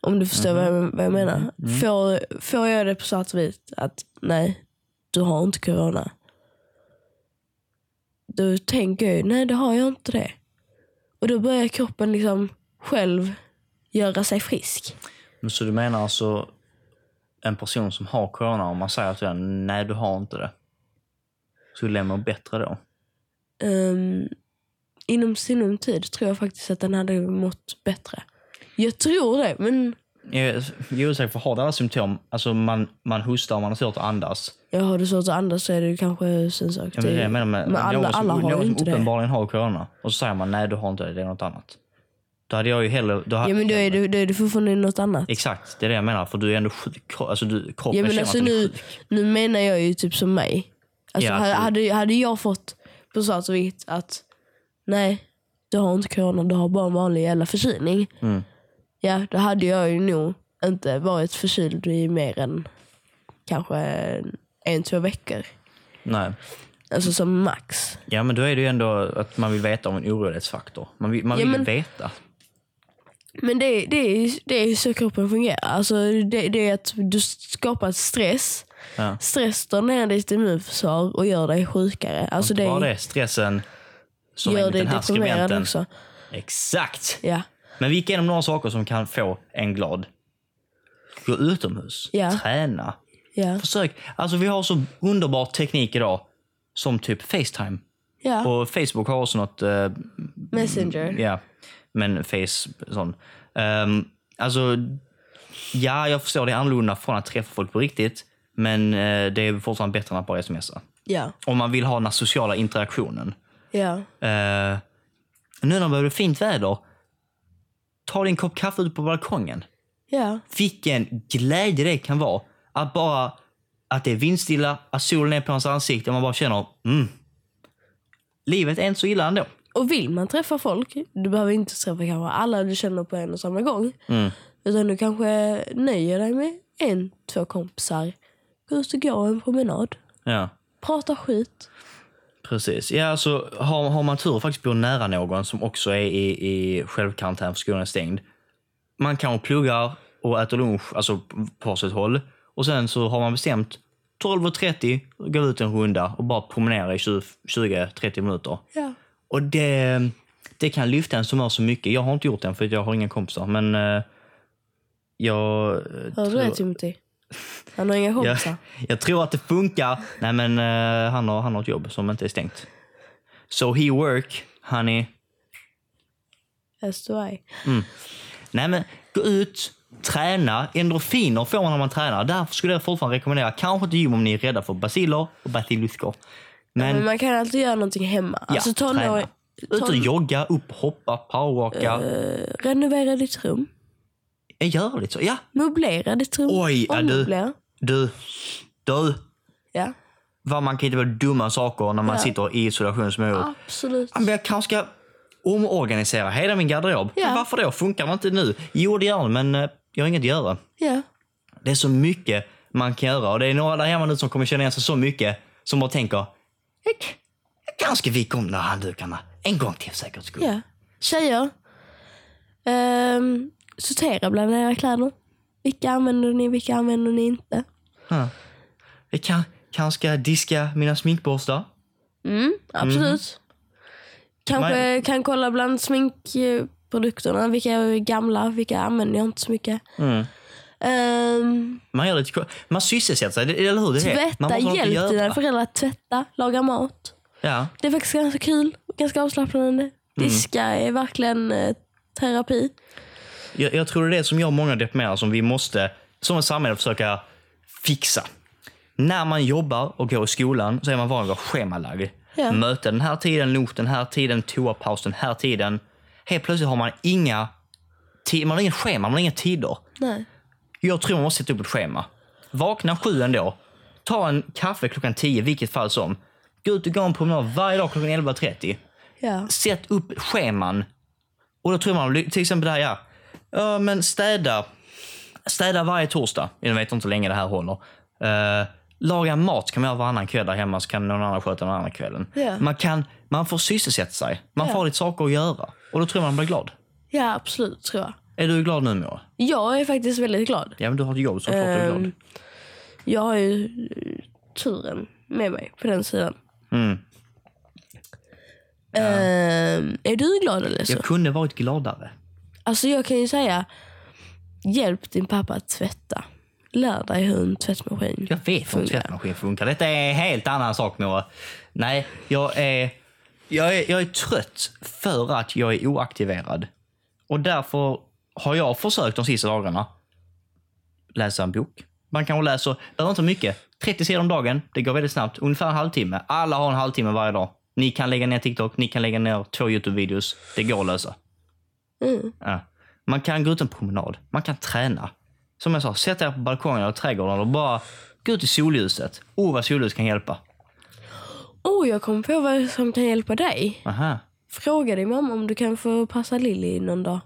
Speaker 1: Om du förstår vad, jag, vad jag menar. Får, får jag det på svart och vitt att nej, du har inte corona. Då tänker jag ju, nej det har jag inte det. Och då börjar kroppen liksom själv göra sig frisk.
Speaker 2: Men Så du menar alltså en person som har corona, om man säger till den nej du har inte det. Skulle den må bättre då?
Speaker 1: Ehm, inom sinom tid tror jag faktiskt att den hade mått bättre. Jag tror det, men
Speaker 2: Jag är osäker, för har du alla symptom, alltså man, man hostar, man har svårt att andas.
Speaker 1: jag har du svårt att andas så är det ju kanske synsak.
Speaker 2: Jag menar, jag menar med,
Speaker 1: men alla,
Speaker 2: någon som,
Speaker 1: alla har ju
Speaker 2: någon som
Speaker 1: inte det.
Speaker 2: uppenbarligen har corona och så säger man nej du har inte det, det är något annat. Då hade jag ju hellre... Då ha-
Speaker 1: Ja, men då är det, då är det fortfarande något annat.
Speaker 2: Exakt, det är det jag menar. För du är ändå sjuk. Alltså, du, kroppen
Speaker 1: Ja, men
Speaker 2: känner
Speaker 1: alltså
Speaker 2: att du
Speaker 1: nu,
Speaker 2: är sjuk.
Speaker 1: nu menar jag ju typ som mig. Alltså,
Speaker 2: Ja,
Speaker 1: hade,
Speaker 2: absolut.
Speaker 1: hade, hade jag fått på svart och vitt att nej, du har inte corona, du har bara en vanlig jävla förkylning.
Speaker 2: Mm.
Speaker 1: Ja, då hade jag ju nog inte varit förkyld i mer än kanske en, två veckor.
Speaker 2: Nej.
Speaker 1: Alltså som max.
Speaker 2: Ja, men då är det ju ändå att man vill veta om en orolighetsfaktor. Man vill, man
Speaker 1: Ja,
Speaker 2: vill
Speaker 1: men-
Speaker 2: veta.
Speaker 1: Men det, det, är, ju- det är ju så kroppen fungerar. Alltså det, det är att du skapar stress.
Speaker 2: Ja.
Speaker 1: Stress drar ner ditt immunförsvar och gör dig sjukare. Alltså
Speaker 2: Bara
Speaker 1: det
Speaker 2: det, stressen som
Speaker 1: gör
Speaker 2: enligt
Speaker 1: dig
Speaker 2: den här
Speaker 1: deprimerad
Speaker 2: skribenten.
Speaker 1: också.
Speaker 2: Exakt!
Speaker 1: Ja.
Speaker 2: Men vi gick igenom några saker som kan få en glad. Gå utomhus,
Speaker 1: Ja.
Speaker 2: träna,
Speaker 1: Ja.
Speaker 2: försök. Alltså vi har så underbar teknik idag som typ Facetime.
Speaker 1: ja.
Speaker 2: Och Mm. Facebook har också något eh,
Speaker 1: Messenger.
Speaker 2: Ja, men face sån. Um, alltså, ja, jag förstår det är annorlunda från att träffa folk på riktigt. Men eh, det är fortfarande bättre än att bara smsa.
Speaker 1: Ja.
Speaker 2: Om man vill ha den här sociala interaktionen.
Speaker 1: Ja.
Speaker 2: Eh, nu när det börjar bli fint väder, ta din kopp kaffe ute på balkongen.
Speaker 1: Ja.
Speaker 2: Vilken glädje det kan vara att bara att det är vindstilla, att solen är på hans ansikte och man bara känner mm, livet är inte så illa ändå.
Speaker 1: Och vill man träffa folk, du behöver inte träffa kanske alla du känner på en och samma gång.
Speaker 2: Mm.
Speaker 1: Utan du kanske nöjer dig med en, två kompisar. Gå ut och gå en promenad.
Speaker 2: Ja.
Speaker 1: Prata skit.
Speaker 2: Precis. Ja, alltså, har, har man tur och faktiskt bor nära någon som också är i, i självkarantän för skolan är stängd. Man kan pluggar och äter lunch alltså på varsitt håll. Och sen så har man bestämt 12.30 går ut en runda och bara promenera i 20 20-30 minuter.
Speaker 1: Ja.
Speaker 2: Och det, det kan lyfta en som har så mycket. Jag har inte gjort det än för jag har inga kompisar. Men eh, jag,
Speaker 1: Hörde du det
Speaker 2: tror,
Speaker 1: Timothy? Han har inga
Speaker 2: jag,
Speaker 1: kompisar.
Speaker 2: jag tror att det funkar. Nej men eh, han, har, han har ett jobb som inte är stängt. So he work, honey.
Speaker 1: As do I.
Speaker 2: Nej men gå ut, träna. Endorfiner får man när man tränar. Därför skulle jag fortfarande rekommendera, kanske inte gym om ni är rädda för baciller och basilluskor. Men
Speaker 1: Men man kan alltid göra någonting hemma.
Speaker 2: ja,
Speaker 1: Mm. alltså ta
Speaker 2: träna.
Speaker 1: några...
Speaker 2: Ut
Speaker 1: Ta,
Speaker 2: och jogga, upp, hoppa, powerwalka.
Speaker 1: Eh. renovera ditt rum.
Speaker 2: Jag gör lite så. Ja,
Speaker 1: Möblera ditt rum.
Speaker 2: Oj, ja, du.
Speaker 1: Ommöblera.
Speaker 2: du. Du.
Speaker 1: Ja,
Speaker 2: Vad man kan hitta på dumma saker när man
Speaker 1: Ja.
Speaker 2: sitter i isolation som jag gjort.
Speaker 1: absolut.
Speaker 2: Ja, men jag kanske ska omorganisera hela min garderob.
Speaker 1: Ja.
Speaker 2: Men varför då? Funkar det inte nu? Jo, det gör det, men eh, jag har inget att göra.
Speaker 1: Ja.
Speaker 2: Det är så mycket man kan göra och det är några där hemma nu som kommer känna igen sig så mycket som bara tänker jag, jag kanske vika om de här handdukarna en gång till för säkerhets skull.
Speaker 1: Ja. Tjejer. Ehm, sortera bland era kläder. Vilka använder ni, vilka använder ni inte?
Speaker 2: Ja. Jag kan, kanske ska diska mina sminkborstar.
Speaker 1: Mm, absolut. Kanske kan kolla bland sminkprodukterna. Vilka är gamla, vilka använder jag inte så mycket. Ehm,
Speaker 2: Man, gör lite, ko- man sysselsätter sig, det- eller hur? Det är det. Man
Speaker 1: tvätta,
Speaker 2: måste ha något att
Speaker 1: hjälp dina
Speaker 2: göra.
Speaker 1: föräldrar att tvätta, laga mat.
Speaker 2: Ja.
Speaker 1: Det är faktiskt ganska kul. Ganska avslappnande. Diska är verkligen eh, terapi.
Speaker 2: Jag, jag tror det är det som gör många deprimerade som vi måste, som ett samhälle, försöka fixa. När man jobbar och går i skolan så är man van vid att vara schemalagd.
Speaker 1: Ja.
Speaker 2: Möte den här tiden, lunch den här tiden, toapaus den här tiden. Helt plötsligt har man inga ti- man har ingen schema, man har inga tider.
Speaker 1: Nej.
Speaker 2: Jag tror man måste sätta upp ett schema. Vakna sju ändå. Ta en kaffe klockan tio, vilket fall som. Gå ut och gå en promenad varje dag klockan 11.30
Speaker 1: Ja.
Speaker 2: sätt upp scheman. Och då tror man, till exempel det här, ja. ja men städa. Städa varje torsdag. Jag vet inte hur länge det här håller. Eh, laga mat kan man göra varannan kväll där hemma, så kan någon annan sköta den andra kvällen.
Speaker 1: Ja.
Speaker 2: Man, kan, man får sysselsätta sig. Man
Speaker 1: Ja.
Speaker 2: får lite saker att göra. Och då tror man man blir glad.
Speaker 1: ja, absolut tror jag.
Speaker 2: Är du glad nu Moa?
Speaker 1: Jag är faktiskt väldigt glad.
Speaker 2: Ja, men du har ett jobb så klart du är glad.
Speaker 1: Ehm, Jag har ju eh, turen med mig på den sidan.
Speaker 2: Mm.
Speaker 1: Ehm, är du glad eller så?
Speaker 2: Jag kunde varit gladare.
Speaker 1: Alltså jag kan ju säga, hjälp din pappa att tvätta. Lär dig hur en tvättmaskin
Speaker 2: Jag vet hur en
Speaker 1: funkar.
Speaker 2: tvättmaskin funkar. Detta är en helt annan sak Moa. Nej, jag är, jag, är, jag är trött för att jag är oaktiverad. Och därför har jag försökt de sista dagarna läsa en bok. Man kanske läser, behöver inte mycket, 30 sidor om dagen. Det går väldigt snabbt. Ungefär en halvtimme. Alla har en halvtimme varje dag. Ni kan lägga ner TikTok, ni kan lägga ner två YouTube-videos. Det går att lösa.
Speaker 1: Mm.
Speaker 2: Ja. Man kan gå ut en promenad. Man kan träna. Som jag sa, sätt er på balkongen eller trädgården och bara gå ut i solljuset. Oh, vad solljus kan hjälpa.
Speaker 1: Oh, jag kom på vad som kan hjälpa dig.
Speaker 2: Aha.
Speaker 1: Fråga din mamma om du kan få passa Lilly någon dag.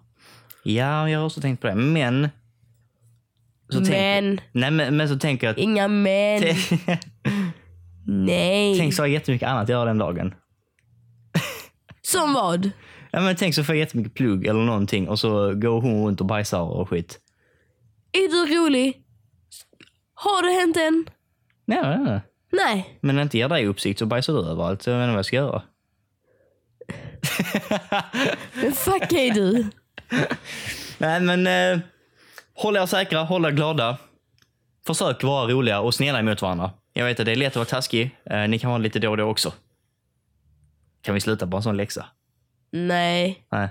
Speaker 2: Ja, jag har också tänkt på det. Men... Så Tänker,
Speaker 1: Men.
Speaker 2: nej, men, men så tänker jag...
Speaker 1: Inga men.
Speaker 2: Att,
Speaker 1: Nej.
Speaker 2: <laughs> tänk så har jag jättemycket annat att göra den dagen.
Speaker 1: Som vad?
Speaker 2: Ja, men tänk så får jag jättemycket plugg eller någonting och så går hon runt och bajsar och skit.
Speaker 1: Är du rolig? Har det hänt än?
Speaker 2: Nej, nej, nej.
Speaker 1: Nej.
Speaker 2: Men när jag inte ger dig uppsikt så bajsar du överallt. så Jag vet inte vad jag ska göra.
Speaker 1: Men fuck är du?
Speaker 2: Nej, men eh, håll er säkra, håll er glada. Försök vara roliga och snälla emot varandra. Jag vet att det är lätt att vara taskig. Eh, ni kan vara lite då och då också. Kan vi sluta på en sån läxa?
Speaker 1: Nej.
Speaker 2: Nej.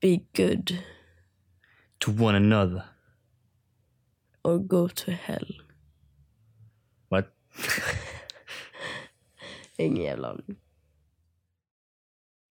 Speaker 1: Be good
Speaker 2: To one another.
Speaker 1: or go to hell.
Speaker 2: What?
Speaker 1: Ingen jävla aning.